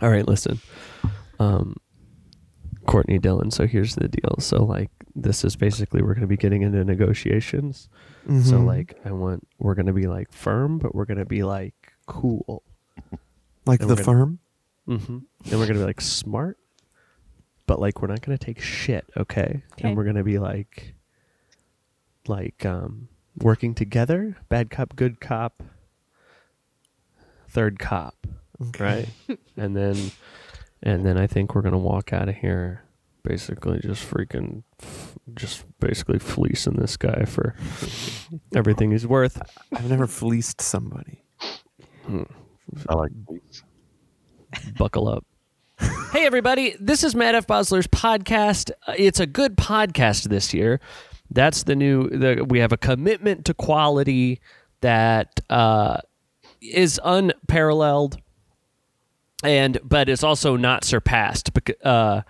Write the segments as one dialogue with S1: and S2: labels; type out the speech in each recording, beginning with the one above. S1: All right, listen. Um, Courtney Dillon. So here's the deal. So like, this is basically we're going to be getting into negotiations. So
S2: Mhm.
S1: like, I want we're going to be like firm, but we're going to be like cool,
S2: like
S1: and we're
S2: the
S1: gonna-
S2: firm.
S1: mm-hmm. and we're going to be like smart, but like we're not going to take shit. Okay,
S3: Okay.
S1: and we're going to be like, like um, working together, bad cop, good cop, third cop. right? and then, and then I think we're gonna walk out of here, basically just freaking, f- just basically fleecing this guy for everything he's worth.
S2: I've never fleeced somebody.
S4: I like
S1: Buckle up. hey everybody, this is Matt F. Bosler's podcast. Uh, It's a good podcast this year. That's the new. The, we have a commitment to quality that uh, is unparalleled, and but it's also not surpassed. Because uh,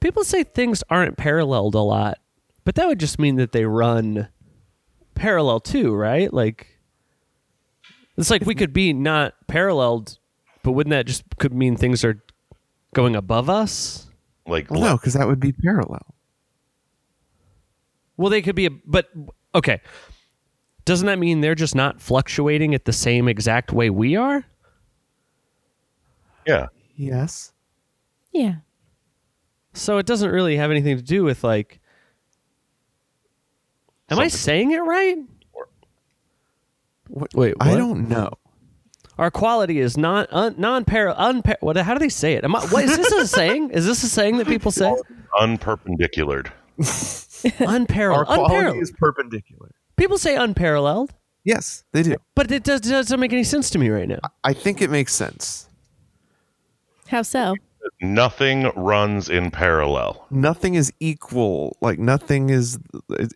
S1: people say things aren't paralleled a lot, but that would just mean that they run parallel too, right? Like it's like we could be not paralleled, but wouldn't that just could mean things are going above us?
S4: like
S1: Oh,
S2: Well, Oh, no, because that would be parallel.
S1: Well, they could be, a, but okay. Doesn't that mean they're just not fluctuating at the same exact way we are?
S4: yeah.
S2: Yes.
S3: Yeah.
S1: So it doesn't really have anything to do with like. Am I
S4: Something.
S1: saying it right?
S2: What,
S1: Wait,
S2: I
S1: what?
S2: don't know.
S1: Our quality is not un, non parallel. Unpar- what? How do they say it? Am I, what is this a saying? Is this a saying that people say?
S4: Unperpendicular.
S1: Unparalleled. unparalleled.
S2: perpendicular.
S1: people say unparalleled,
S2: Yes, they do.
S1: but it does, doesn't make any sense to me right now.
S2: I think it makes sense.
S3: How so?
S4: Nothing runs in parallel.
S2: Nothing is equal. Like nothing is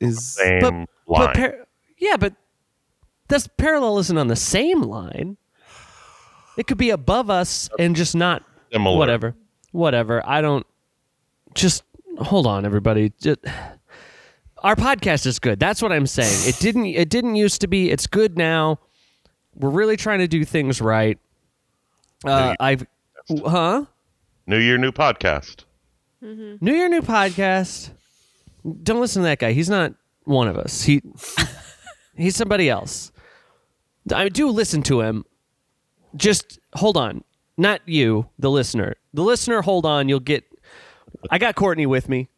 S2: is.
S4: Same line.
S1: But par- yeah, but that's parallel isn't on the same line. It could be above us and just not
S4: Similar.
S1: whatever. Whatever. I don't just hold on everybody. Ju- our podcast is good. That's what I'm saying. It didn't it didn't used to be. It's good now. We're really trying to do things right. Uh, I've huh?
S4: New year, new podcast.
S1: New Year, new podcast. Don't listen to that guy. He's not one of us. He he's somebody else. I do listen to him. Just hold on. Not you, the listener. The listener, hold on. You'll get. I got Courtney with me.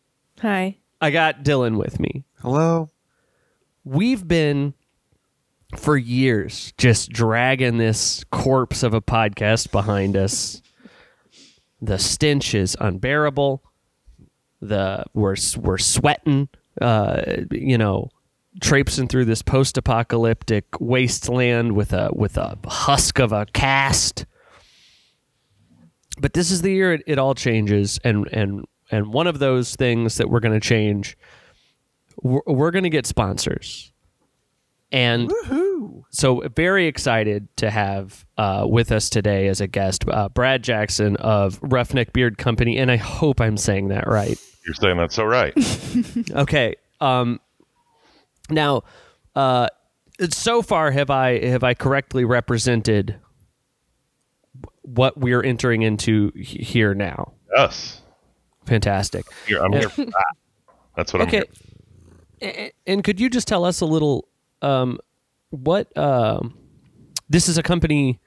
S3: Hi.
S1: I got Dylan with me.
S2: Hello.
S1: We've been for years just dragging this corpse of a podcast behind us. The stench is unbearable. The we're we're sweating, uh, you know, traipsing through this post-apocalyptic wasteland with a with a husk of a cast. But this is the year it, it all changes, and and and one of those things that we're going to change, we're, we're going to get sponsors, and
S2: Woohoo!
S1: so very excited to have uh, with us today as a guest uh, Brad Jackson of Roughneck Beard Company, and I hope I'm saying that right.
S4: You're saying that's all right.
S1: Okay. Um, now, uh, so far have I have I correctly represented what we're entering into he- here now?
S4: yes.
S1: Fantastic.
S4: Here, I'm here for that. That's what I'm
S1: Okay.
S4: here.
S1: A- And could you just tell us a little um, what um, this is a company?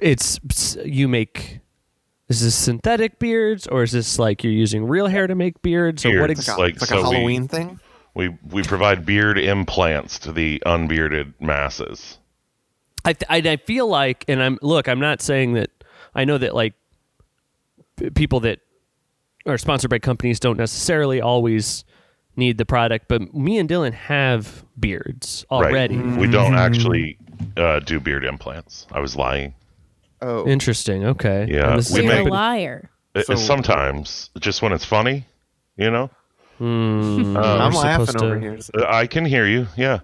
S1: It's you make. Is this synthetic beards, or is this like you're using real hair to make beards, or what? Ex-
S4: Beards. It's like-
S2: Ah, it's like
S4: so
S2: a
S4: we-
S2: Halloween thing.
S4: We we provide beard implants to the unbearded masses.
S1: I, th- I I feel like, and I'm look, I'm not saying that. I know that like p- people that are sponsored by companies don't necessarily always need the product, but me and Dylan have beards already. Mm.
S4: Right. We don't actually uh, do beard implants. I was lying.
S2: Oh,
S1: Interesting. Okay.
S4: Yeah,
S1: And this is
S4: we
S1: a
S3: You're
S4: make-
S3: a
S1: company-
S3: liar.
S4: It-
S2: So-
S4: Sometimes, just when it's funny, you know. Mm.
S1: Hmm,
S2: I'm
S1: we're
S2: laughing
S1: supposed to-
S2: over here.
S4: Uh, I can hear you. Yeah.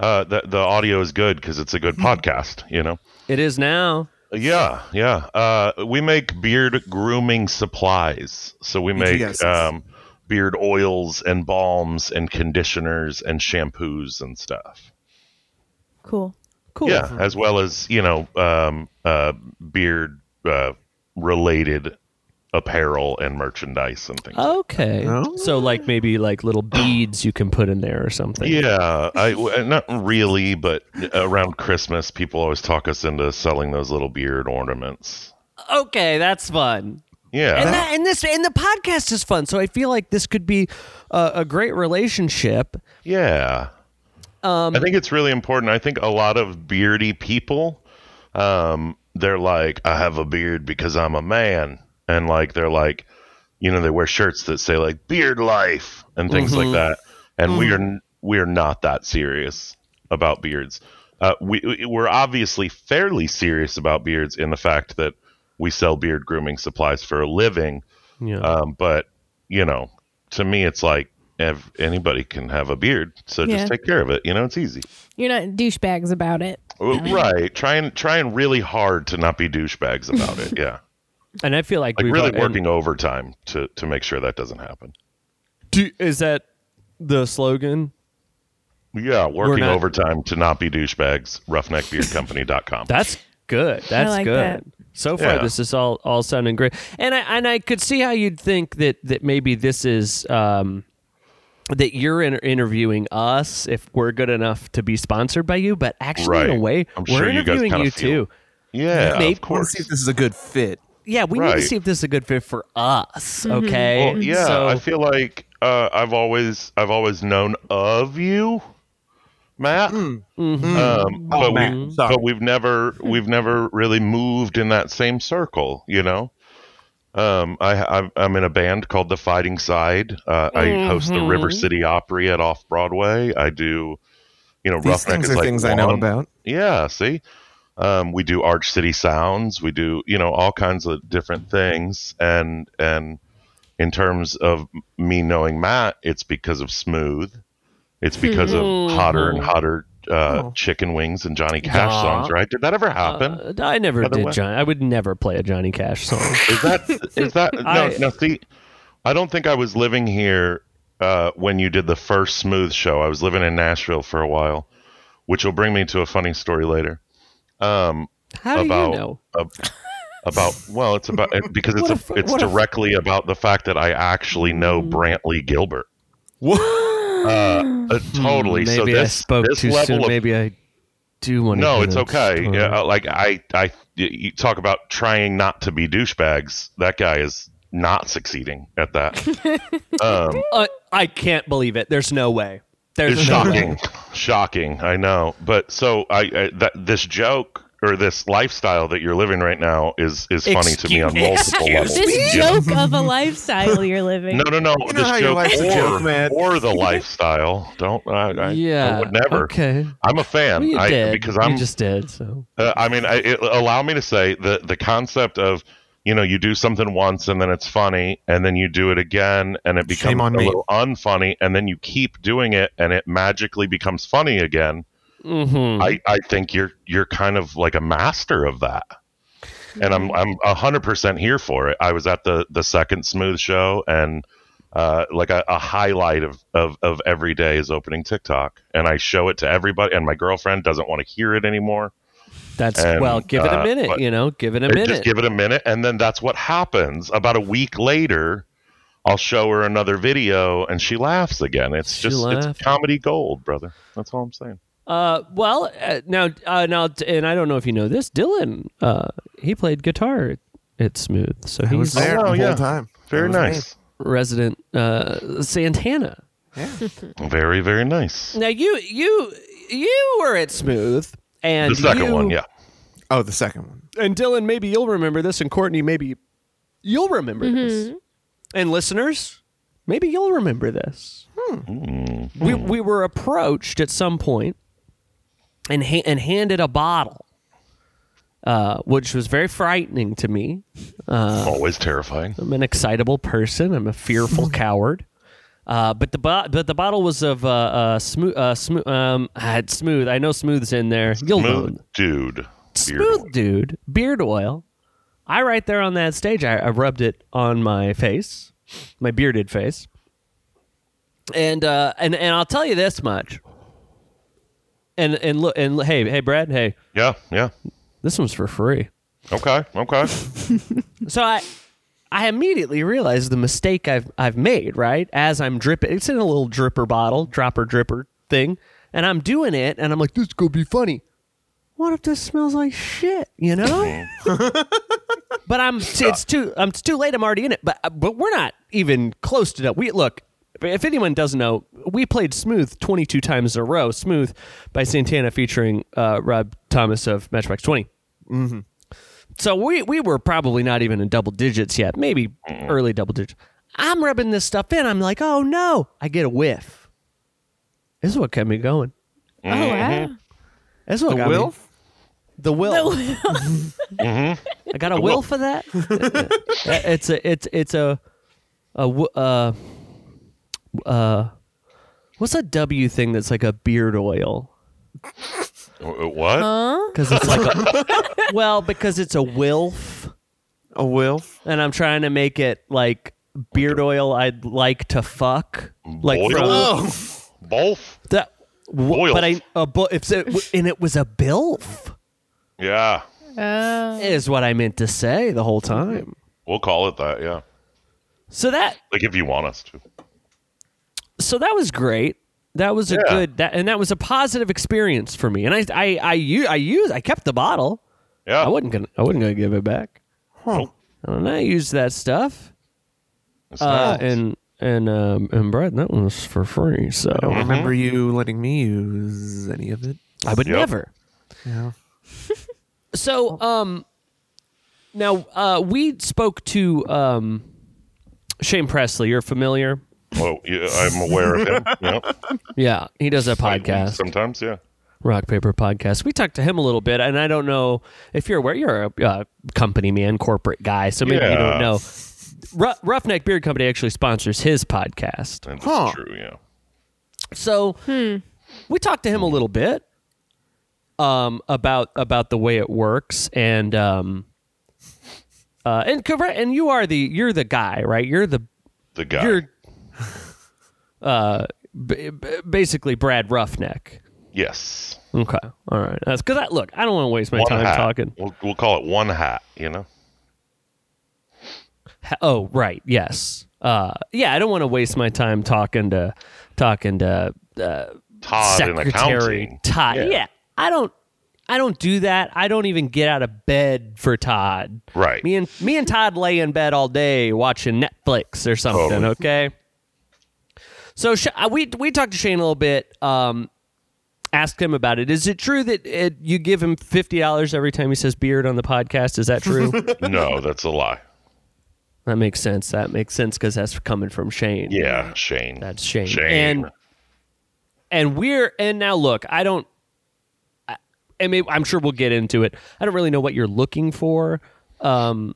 S4: Uh, the the audio is good because it's a good
S2: Mm-hmm.
S4: podcast. You know.
S1: It is now.
S4: Yeah, yeah. Uh, we make beard grooming supplies. So we make
S2: Yes.
S4: um, beard oils and balms and conditioners and shampoos and stuff.
S3: Cool.
S1: Cool.
S4: Yeah, as well as you know um, uh, beard uh, related apparel and merchandise and things.
S1: Okay.
S2: Oh.
S1: So like maybe like little beads you can put in there or something.
S4: Yeah, I w- not really, but around Christmas, people always talk us into selling those little beard ornaments.
S1: Okay, that's fun.
S4: Yeah,
S1: And that, and this and the podcast is fun. So I feel like this could be a, a great relationship.
S4: yeah. I think it's really important. I think a lot of beardy people, um, they're like, I have a beard because I'm a man, and like they're like, you know, they wear shirts that say like beard life and things like that. And we are n- we are not that serious about beards. Uh, we we- we're obviously fairly serious about beards in the fact that we sell beard grooming supplies for a living.
S1: Yeah.
S4: Um, but you know, to me, it's like ev- anybody can have a beard, so
S3: Yeah.
S4: just take care of it. You know, it's easy.
S3: You're not douchebags about it.
S4: Oh, Right, trying trying really hard to not be douchebags about it. Yeah,
S1: and I feel like,
S4: like
S1: we've
S4: really
S1: and-
S4: working overtime to to make sure that doesn't happen.
S1: Do, is that the slogan?
S4: Yeah, working
S1: not-
S4: overtime to not be douchebags. Roughneckbeardcompany.com.
S1: That's good. That's
S3: like
S1: good.
S3: that.
S1: So far,
S4: Yeah.
S1: this is all all sounding great, and I and I could see how you'd think that that maybe this is um, that you're inter- interviewing us if we're good enough to be sponsored by you, but actually in a
S4: Right.
S1: way
S4: I'm
S1: we're
S4: sure you guys
S1: interviewing you,
S4: kinda
S1: too.
S4: feel- yeah,
S1: Maybe-
S4: of course.
S2: see if this is a good fit.
S1: Yeah, we need to
S4: Right.
S1: see if this is a good fit for us.
S3: Mm-hmm.
S1: Okay,
S4: Well, yeah,
S1: So-
S4: I feel like uh, I've always I've always known of you, Matt. Um, but we
S2: Hmm. Oh, Matt, sorry.
S4: but we've never we've never really moved in that same circle, you know. Um, I, I'm- I'm in a band called The Fighting Side. Uh, I host the River
S2: Mm-hmm.
S4: City Opry at Off Broadway. I do, you know,
S2: These
S4: Roughneck
S2: things
S4: is
S2: are
S4: like
S2: things I know
S4: one-
S2: about.
S4: yeah, see? Um, we do Arch City Sounds, we do, you know, all kinds of different things and and in terms of me knowing Matt, it's because of Smooth. It's because of hotter
S1: Mm-hmm.
S4: and hotter uh, chicken wings and Johnny Cash
S1: Yeah.
S4: songs, right? Did that ever happen?
S1: Uh, I never
S4: By the
S1: did
S4: way-
S1: John. I would never play a Johnny Cash song.
S4: Is that is that no
S1: I-
S4: no see I don't think I was living here uh, when you did the first smooth show. I was living in Nashville for a while, which will bring me to a funny story later. Um
S1: How do
S4: about
S1: you know?
S4: ab- about well it's about it- because it's
S1: What
S4: a,
S1: a fu-
S4: it's
S1: what a Mm-hmm. fu-
S4: directly about the fact that I actually know Brantley Gilbert. Uh, totally.
S1: Hmm. Mm, Maybe
S4: so
S1: I
S4: this
S1: spoke
S4: this
S1: too
S4: level
S1: soon.
S4: of
S1: Maybe I do want to.
S4: no, it's okay. Yeah, uh, like I, I, you talk about trying not to be douchebags. That guy is not succeeding at that. um,
S1: Uh, I can't believe it. There's no way. There's
S4: it's
S1: no way.
S4: shocking, shocking. I know, but so I, I that this joke or this lifestyle that you're living right now is is funny to me on multiple levels.
S3: This
S4: You know?
S3: joke of a lifestyle you're living.
S4: No, no, no.
S2: You know
S4: this
S2: how your
S4: joke
S2: life's a joke,
S4: or,
S2: Matt.
S4: or the lifestyle. Don't I, I,
S1: Yeah.
S4: I would never.
S1: Okay.
S4: I'm a fan.
S1: Well, you
S4: I,
S1: did
S4: because I'm
S1: you just did. So
S4: Uh, I mean, I, it, allow me to say the the concept of you know you do something once and then it's funny and then you do it again and it
S2: Shame
S4: becomes
S2: on
S4: a
S2: me.
S4: little unfunny and then you keep doing it and it magically becomes funny again.
S1: Mhm.
S4: I, I think you're you're kind of like a master of that. And I'm
S1: Mm-hmm.
S4: I'm hundred percent here for it. I was at the the second smooth show and uh, like a, a highlight of, of of every day is opening TikTok and I show it to everybody and my girlfriend doesn't want to hear it anymore.
S1: that's
S4: and,
S1: well. Give it a
S4: uh,
S1: minute.
S4: but-
S1: you know, give it a
S4: It-
S1: minute.
S4: Just give it a minute, and then that's what happens. About a week later, I'll show her another video, and she laughs again. It's
S1: She
S4: just
S1: laughed.
S4: it's comedy gold, brother. That's all I'm saying.
S1: uh, well, uh, now, uh, now, and I don't know if you know this. Dylan, uh, he played guitar at, at Smooth, so
S2: I was
S1: he's
S2: there
S4: Oh,
S2: the whole
S4: yeah.
S2: time.
S4: Very
S2: That was me.
S4: nice.
S1: resident uh, Santana.
S4: Very very nice.
S1: Now you you you were at Smooth and
S4: the second
S1: you-
S4: one, yeah.
S2: Oh, the second one.
S1: And Dylan, maybe you'll remember this, and Courtney, maybe you'll remember this. And listeners, maybe you'll remember this. We we were approached at some point and ha- and handed a bottle, uh, which was very frightening to me.
S4: Always terrifying.
S1: I'm an excitable person. I'm a fearful coward. Uh, but the bo- but the bottle was of uh, uh, smooth uh, smooth um I had smooth. I know smooth's in there. You'll know
S4: Smooth dude. Beard
S1: smooth dude beard oil i right there on that stage I, I rubbed it on my face my bearded face and uh and and i'll tell you this much and and look and hey hey brad hey
S4: Yeah, yeah.
S1: this one's for free
S4: Okay. Okay. Uh,
S1: So I I immediately realized the mistake I've I've made, right? As I'm dripping it's in a little dripper bottle, dropper dripper thing, and I'm doing it and I'm like, this is gonna be funny. What if this smells like shit, you know? but I'm it's too I'm it's too late, I'm already in it. But but we're not even close to that. We look if anyone doesn't know, we played Smooth 22 times in a row. Smooth by Santana featuring uh, Rob Thomas of Matchbox 20 so we we were probably not even in double digits yet, maybe early double digits. I'm rubbing this stuff in. I'm like, oh no! I get a whiff. This is what kept me going.
S3: Oh wow.
S1: This is what got me-
S2: Will?
S1: The will. I got a will, for that. Uh, it's a it's it's a a w- uh uh what's a W thing that's like a beard oil
S4: W- uh, What?
S1: because it's like a, well because it's a wilf.
S2: A will?
S1: and I'm trying to make it like beard oil I'd like to fuck like
S4: Boil?
S1: from
S2: Oh.
S4: Both?
S1: that w-
S4: Boil.
S1: but I a bu- if it, w- and it was a bilf
S4: Yeah.
S3: Uh,
S1: is what I meant to say the whole time.
S4: We'll call it that. Yeah.
S1: So that
S4: Like if you want us to.
S1: so that was great. That was a
S4: Yeah.
S1: good that and that was a positive experience for me. And I I I u- I use I kept the bottle.
S4: Yeah.
S1: I wasn't gonna I wasn't gonna give it back.
S2: Huh.
S1: And I used that stuff
S4: It's
S1: uh,
S4: nice.
S1: and and um and Brett that was for free. So
S2: I don't
S4: Mm-hmm.
S2: remember you letting me use any of it.
S1: I would
S4: Yep.
S1: never.
S2: Yeah.
S1: So, um, now uh, we spoke to um, Shane Presley. You're familiar?
S4: Well, yeah, I'm aware of him. Yeah.
S1: Yeah, he does a podcast,
S4: Sometimes, yeah.
S1: Rock Paper Podcast. We talked to him a little bit, and I don't know if you're aware. You're a uh, company man, corporate guy, so maybe you
S4: Yeah.
S1: don't know. Ru- Roughneck Beard Company actually sponsors his podcast.
S4: That's
S2: Huh.
S4: true. Yeah.
S1: So we talked to him a little bit um, about about the way it works and um, uh, and Kavra- and you are the you're the guy right you're the
S4: The guy.
S1: you're uh, b- b- basically Brad Roughneck.
S4: yes.
S1: Okay, all right. That's because I look. I don't want to waste my
S4: One
S1: time
S4: hat.
S1: talking.
S4: We'll, we'll call it one hat. You know.
S1: Ha- Oh, right. Yes. Uh, yeah. I don't want to waste my time talking to talking to uh,
S4: Todd in
S1: secretary
S4: accounting.
S1: Todd.
S4: Yeah.
S1: Yeah. I don't I don't do that. I don't even get out of bed for Todd.
S4: Right.
S1: Me and me and Todd lay in bed all day watching Netflix or something,
S4: Totally.
S1: okay? So Sh- uh, we we talked to Shane a little bit um asked him about it. Is it true that it, you give him $50 every time he says beard on the podcast? Is that true?
S4: no, that's a lie.
S1: that makes sense. That makes sense cuz that's coming from Shane.
S4: Yeah, Shane.
S1: That's Shane.
S4: Shane.
S1: And and we're and now look, I don't I, and maybe, I'm sure we'll get into it. I don't really know what you're looking for. Um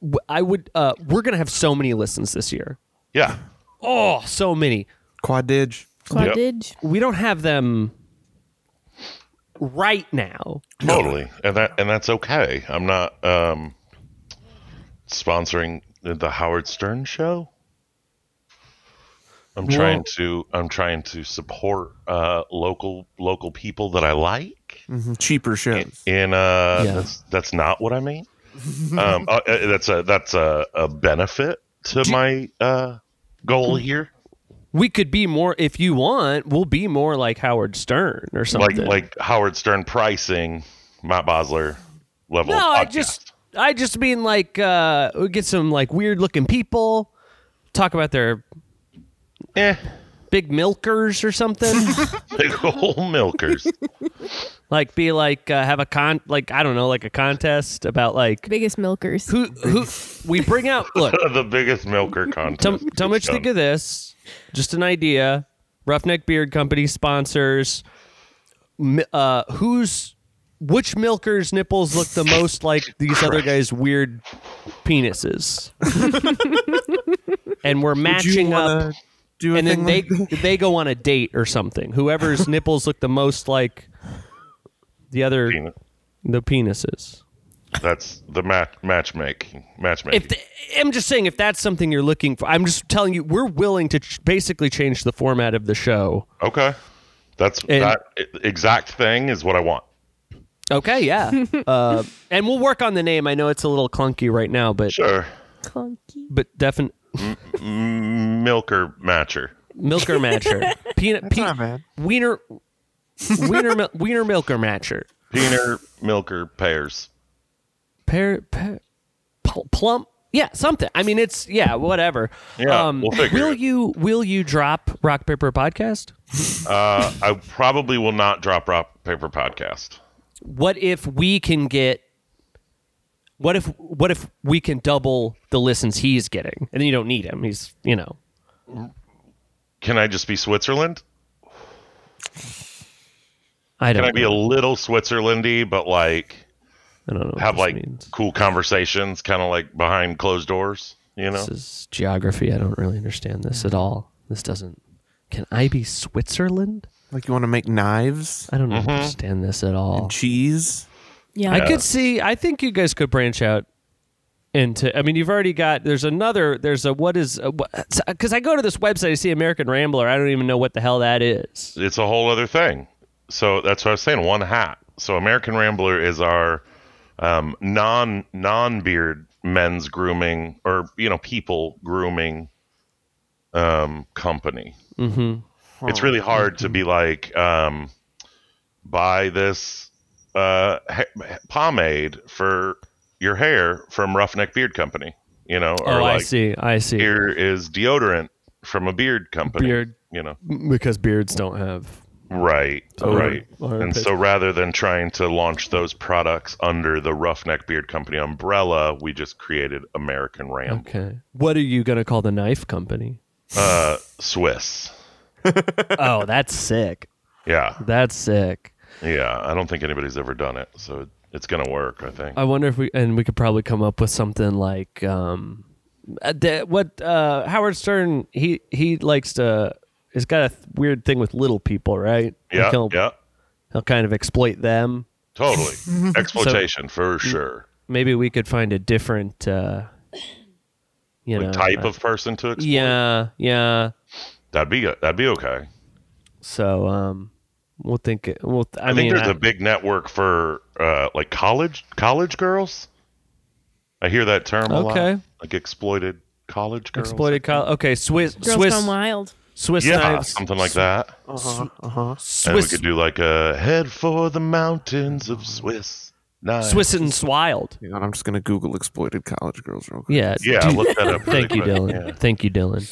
S1: w- I would uh we're going to have so many listens this year.
S4: yeah.
S1: Oh, so many.
S2: Quad dig.
S3: cottage.
S1: We don't have them right now.
S4: Totally. And that and that's okay. I'm not um sponsoring the Howard Stern show. I'm trying to I'm trying to support uh local local people that I like.
S2: Mhm. Cheaper shows.
S4: And uh
S1: Mm-hmm. Yeah.
S4: that's that's not what I mean. um uh, uh, that's a that's a, a benefit to my uh goal here.
S1: We could be more if you want, we'll be more like Howard Stern or
S4: Like
S1: something.
S4: like Howard Stern pricing Matt Bosler level.
S1: No, I
S4: podcast.
S1: just I just mean like uh we get some like weird looking people talk about their
S4: eh,
S1: big milkers or something.
S4: big old milkers.
S1: like be like uh, have a con like I don't know like a contest about like
S3: Biggest milkers.
S1: who who we bring out. Look,
S4: the biggest milker contest.
S1: tell, tell me what you
S4: Good
S1: think of this. Just an idea. Roughneck Beard Company sponsors. mi- Uh, who's which milkers' nipples look the most like these other guys' weird penises? and we're
S2: Would you
S1: matching up.
S2: wanna Do a
S1: and then
S2: thing
S1: they
S2: like that?
S1: they go on a date or something. Whoever's nipples look the most like the other
S4: Peanut.
S1: the penises.
S4: That's the match matchmaking. Matchmaking.
S1: If the, I'm just saying, if that's something you're looking for, I'm just telling you, we're willing to ch- basically change the format of the show.
S4: okay, that's
S1: And-
S4: that exact thing is what I want.
S1: Okay, yeah. uh, and we'll work on the name. I know it's a little clunky right now, but
S4: Sure.
S3: Clunky.
S1: but definitely
S4: M- Milker matcher.
S1: milker matcher, peanut, pe-
S2: not bad.
S1: wiener, wiener, mil- wiener milker matcher,
S4: Peener milker pears.
S1: pear, pear pl- plump. Yeah, something. I mean, it's yeah, whatever. Um,
S4: Yeah, we'll figure
S1: will
S4: it.
S1: you will you drop rock paper podcast?
S4: Uh, I probably will not drop rock paper podcast.
S1: What if we can get? What if what if we can double the listens he's getting, and then you don't need him? He's you know
S4: Can I just be Switzerland?
S1: I
S4: Can
S1: don't
S4: I be a
S1: know.
S4: little Switzerlandy, but like
S1: I don't know what
S4: have
S1: this
S4: like
S1: means.
S4: cool conversations, kind of like behind closed doors? You know,
S1: This is geography. I don't really understand this at all. This doesn't. Can I be Switzerland?
S2: Like you want to make knives,
S1: I don't
S4: Mm-hmm.
S1: understand this at all.
S2: cheese.
S3: Yeah.
S1: I could see. I think you guys could branch out into. I mean, you've already got. There's another. There's a what is because I go to this website. I see American Rambler. I don't even know what the hell that is.
S4: it's a whole other thing. So that's what I was saying. One hat. So American Rambler is our um, non non beard men's grooming or you know people grooming um, company.
S1: Mm-hmm.
S4: It's really hard to be like um, buy this uh, ha- pomade for your hair from Roughneck Beard Company. You know, or
S1: oh,
S4: like
S1: I see. I see.
S4: here is deodorant from a beard company.
S1: Beard.
S4: You know.
S1: Because beards don't have.
S4: Right, right.
S1: or
S4: and
S1: pitch.
S4: so rather than trying to launch those products under the Roughneck Beard Company umbrella, we just created American Ram
S1: Okay. What are you gonna call the knife company?
S4: uh, Swiss.
S1: oh, that's sick.
S4: Yeah,
S1: That's sick.
S4: yeah. I don't think anybody's ever done it, so it's gonna work. I think.
S1: I wonder if we and we could probably come up with something like um, uh, the- what uh, Howard Stern he he likes to. He's got a th- weird thing with little people, right? Like
S4: yeah,
S1: he'll,
S4: yeah.
S1: he'll kind of exploit them.
S4: Totally exploitation for sure.
S1: Maybe we could find a different, uh, you know, uh,
S4: Like type of person to exploit.
S1: Yeah, yeah.
S4: That'd be good. That'd be okay.
S1: So um, we'll think. it- We'll. I, mean,
S4: I,
S1: uh,
S4: think there's
S1: I-
S4: a big network for uh, like college college girls. I hear that term a lot.
S1: Okay.
S4: Like exploited college girls.
S1: exploited. Col- okay, Swiss,
S3: Girls
S1: Swiss,
S3: Gone Wild.
S1: Swiss
S4: Yeah,
S1: knives.
S4: something like that. And we
S1: Swiss,
S4: could do like a head for the mountains of Swiss. Nice.
S1: Swiss and Swild.
S2: Hang on, I'm just gonna Google exploited college girls real quick.
S1: Yeah.
S4: Yeah, look that up.
S1: Thank you, Dylan. Thank you, Dylan.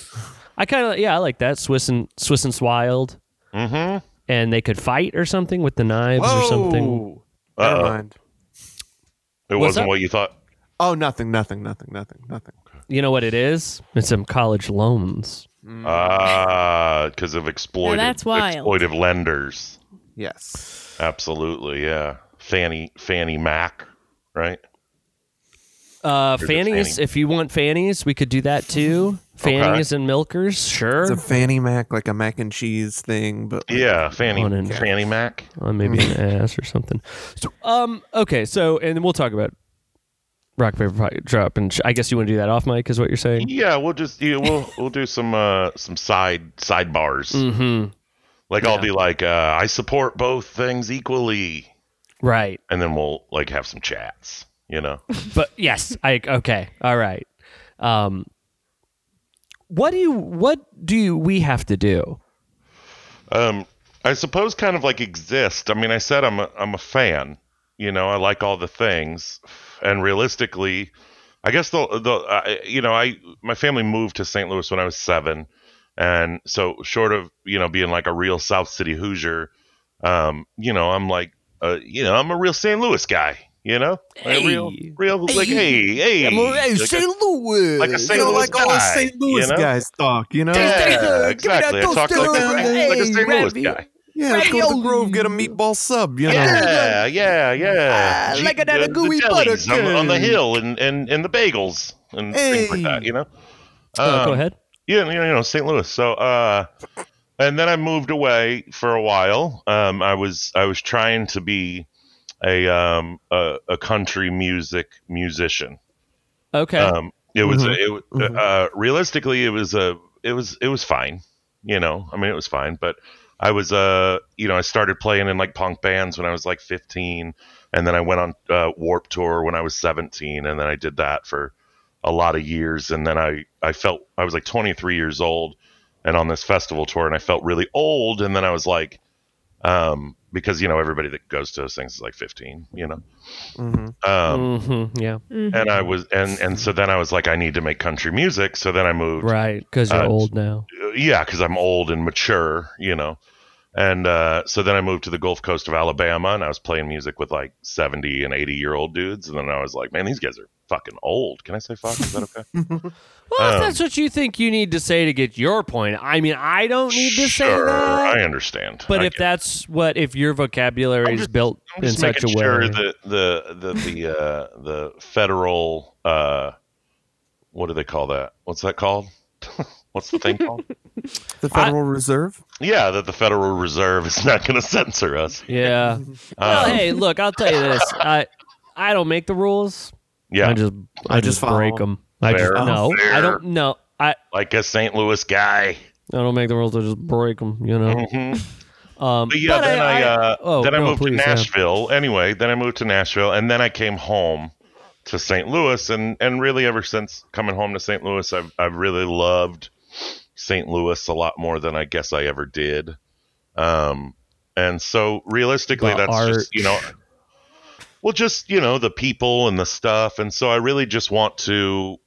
S1: I kind of yeah, I like that Swiss and Swiss and Swild,
S4: Mm-hmm.
S1: and they could fight or something with the knives or something.
S2: Oh! Never
S4: Uh-oh.
S2: mind.
S4: It
S1: What's
S4: wasn't
S1: up?
S4: what you thought.
S2: Oh, nothing, nothing, nothing, nothing, nothing.
S1: You know what it is? It's some college loans.
S4: Ah, because of exploited,
S3: Mm. that's wild.
S4: exploitive lenders.
S2: Yes.
S4: Absolutely, yeah. Fannie Fannie Mac, right?
S1: Uh,
S4: just
S1: fannies.
S4: fanny.
S1: If you want fannies, we could do that too. Fannies and milkers,
S2: It's
S1: sure.
S2: a fanny mac, like a mac and cheese thing, but
S4: Yeah, Fannie
S1: On an-
S4: Fannie Mac.
S1: Or Uh, maybe an ass or something. So, um, okay. So, and then we'll talk about rock paper pot, drop. And sh- I guess you want to do that off mic, is what you're saying.
S4: Yeah, we'll just yeah, we'll we'll do some uh some side sidebars.
S1: Mm-hmm.
S4: Like I'll be like, uh, I support both things equally,
S1: Right.
S4: and then we'll like have some chats. You know,
S1: but yes, I okay. All right. Um what do you what do we have to do?
S4: um, I suppose kind of like exist. I mean, I said I'm a, I'm a fan. You know, I like all the things, and realistically, I guess the the uh, you know I my family moved to St. Louis when I was seven, and so short of you know being like a real South City Hoosier, um, you know I'm like uh, you know I'm a real St. Louis guy. You know, like a real
S1: Hey.
S4: real like hey hey, like a-
S2: Louis,
S4: like a St.
S2: You know,
S4: Louis
S2: like all
S4: guy,
S2: St. Louis
S4: you know?
S2: guys talk, you know?
S4: Yeah, exactly. I talk like, a- like a St. Louis guy.
S2: Yeah, let's go to the Grove, get a meatball sub, you know?
S4: Yeah, yeah, yeah.
S2: Ah,
S4: Gee,
S2: like another
S4: the-
S2: gooey
S4: the jellies on,
S2: butter
S4: on the
S2: cake.
S4: hill and, and, and the bagels and things like
S2: Hey.
S4: that, you know?
S1: Oh, go
S4: Um,
S1: ahead.
S4: Yeah, you know, you know, St. Louis. So, uh, and then I moved away for a while. Um, I was I was trying to be a um a, a country music musician.
S1: Okay.
S4: Um, it was
S2: Mhm.
S4: it, uh, wa- uh, realistically it was a it was it was fine. You know, I mean it was fine, but I was uh you know I started playing in like punk bands when I was like 15, and then I went on uh, Warp Tour when I was 17, and then I did that for a lot of years, and then I I felt I was like 23 years old, and on this festival tour, and I felt really old, and then I was like, um because you know everybody that goes to those things is like 15, you know,
S2: hmm
S4: um
S1: mm-hmm, yeah,
S4: and I was and and so then I was like I need to make country music, so then I moved
S1: right. Because you're
S4: Uh,
S1: old now.
S4: yeah, because I'm old and mature, you know. And uh, so then I moved to the Gulf Coast of Alabama, and I was playing music with like 70 and 80 year old dudes. And then I was like, man, these guys are fucking old. Can I say fuck? Is that okay?
S1: Well, if
S4: um,
S1: that's what you think you need to say to get your point, I mean, I don't need to say
S4: Sure,
S1: that.
S4: I understand.
S1: but
S4: I
S1: if
S4: get-
S1: that's what, if your vocabulary
S4: I'm
S1: is
S4: just-
S1: built
S4: I'm
S1: in
S4: just
S1: such a
S4: making
S1: way,
S4: sure that the the the uh, the federal uh, what do they call that? What's that called? What's the thing called?
S2: The Federal Reserve.
S4: yeah, that the Federal Reserve is not going to censor us.
S1: yeah. well,
S4: Um,
S1: hey, look, I'll tell you this. I I don't make the rules.
S4: yeah,
S1: I just I,
S2: I
S1: just,
S2: just
S1: break
S2: follow.
S1: them. I just
S4: Fair.
S1: no.
S4: Fair.
S1: I don't no. I
S4: like a St. Louis guy.
S1: I don't make the rules. I just break them. You know.
S4: Mhm.
S1: Um,
S4: But yeah,
S1: but
S4: then I, uh,
S1: oh,
S4: then I
S1: no,
S4: moved
S1: please,
S4: to
S1: yeah.
S4: Nashville. Anyway, then I moved to Nashville, and then I came home to St. Louis, and and really ever since coming home to St. Louis, I've I've really loved St. Louis a lot more than I guess I ever did. Um, and so realistically,
S1: The
S4: that's
S1: art.
S4: just you know, well, just you know the people and the stuff, and so I really just want to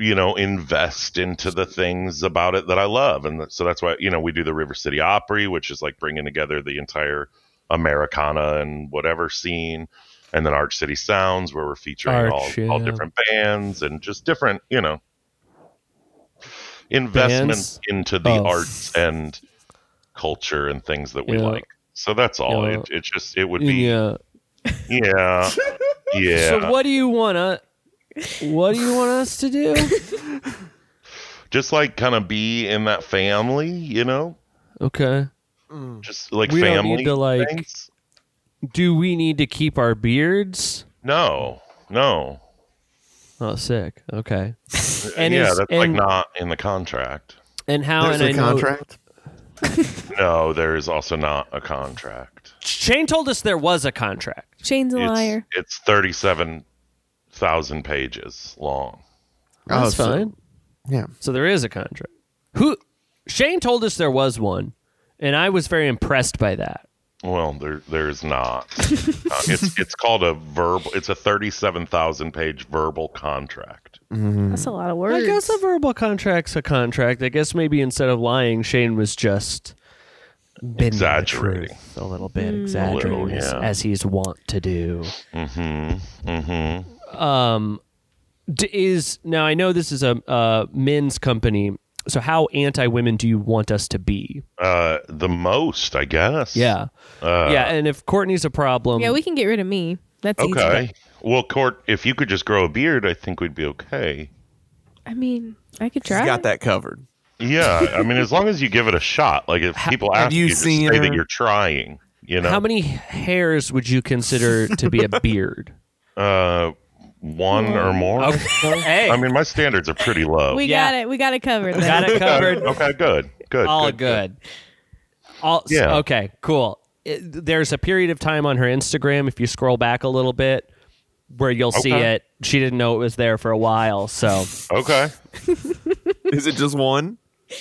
S4: you know invest into the things about it that I love, and th- so that's why you know we do the River City Opry, which is like bringing together the entire Americana and whatever scene. And then Arch City Sounds, where we're featuring all,
S1: Arch,
S4: all
S1: yeah.
S4: different bands and just different, you know, investments
S1: Bands?
S4: into the
S1: Oh.
S4: arts and culture and things that we
S1: Yeah.
S4: like. So that's all.
S1: Yeah.
S4: It, it's just it would be
S1: yeah.
S4: yeah yeah.
S1: So what do you want to? What do you want us to do?
S4: just like kind of be in that family, you know,
S1: Okay.
S2: Mm.
S4: just like
S1: We don't
S4: family
S1: need to, like-
S4: things.
S1: Do we need to keep our beards?
S4: No, no.
S1: Oh, sick. Okay. And
S4: yeah,
S1: is-
S4: that's
S1: and-
S4: like not in the contract.
S1: And how?
S2: There's
S1: and I
S2: a
S1: know-
S2: contract.
S4: No, there is also not a contract.
S1: Shane told us there was a contract.
S3: Shane's a
S4: It's,
S3: liar.
S4: it's thirty-seven thousand pages long.
S2: Oh,
S1: That's
S2: so-
S1: fine.
S2: yeah.
S1: So there is a contract. Who? Shane told us there was one, and I was very impressed by that.
S4: Well, there there is not. Uh, it's it's called a verbal. It's a thirty-seven thousand page verbal contract.
S3: That's a lot of words.
S1: I guess a verbal contract's a contract. I guess maybe instead of lying, Shane was just bending the
S4: Exaggerating.
S1: truth a little bit,
S3: Hmm.
S1: exaggerating
S4: little,
S1: as-
S4: yeah.
S1: as he's wont to do.
S4: Mm-hmm. Mm-hmm.
S1: Um, d- is now I know this is a uh, men's company. So how anti women do you want us to be?
S4: Uh, the most, I guess.
S1: Yeah,
S4: Uh,
S1: yeah. And if Courtney's a problem,
S3: yeah, we can get rid of me. That's easy.
S4: Okay. Well, Court, if you could just grow a beard, I think we'd be okay.
S3: I mean, I could
S2: She's
S3: try.
S2: got that covered.
S4: Yeah, I mean, as long as you give it a shot. Like if people
S2: have
S4: ask
S2: you
S4: you, just
S2: seen
S4: say
S2: her?
S4: that you're trying. You know,
S1: how many hairs would you consider to be a beard?
S4: Uh, one or more.
S1: hey,
S4: I mean, my standards are pretty low.
S3: We
S1: Yeah.
S3: got it. We got it covered. though.
S1: got it covered.
S4: okay, good, good.
S1: All good. All s-
S4: Yeah.
S1: okay. Cool. It- there's a period of time on her Instagram if you scroll back a little bit where you'll see
S4: Okay.
S1: it. She didn't know it was there for a while, so
S4: Okay,
S2: Is it just one?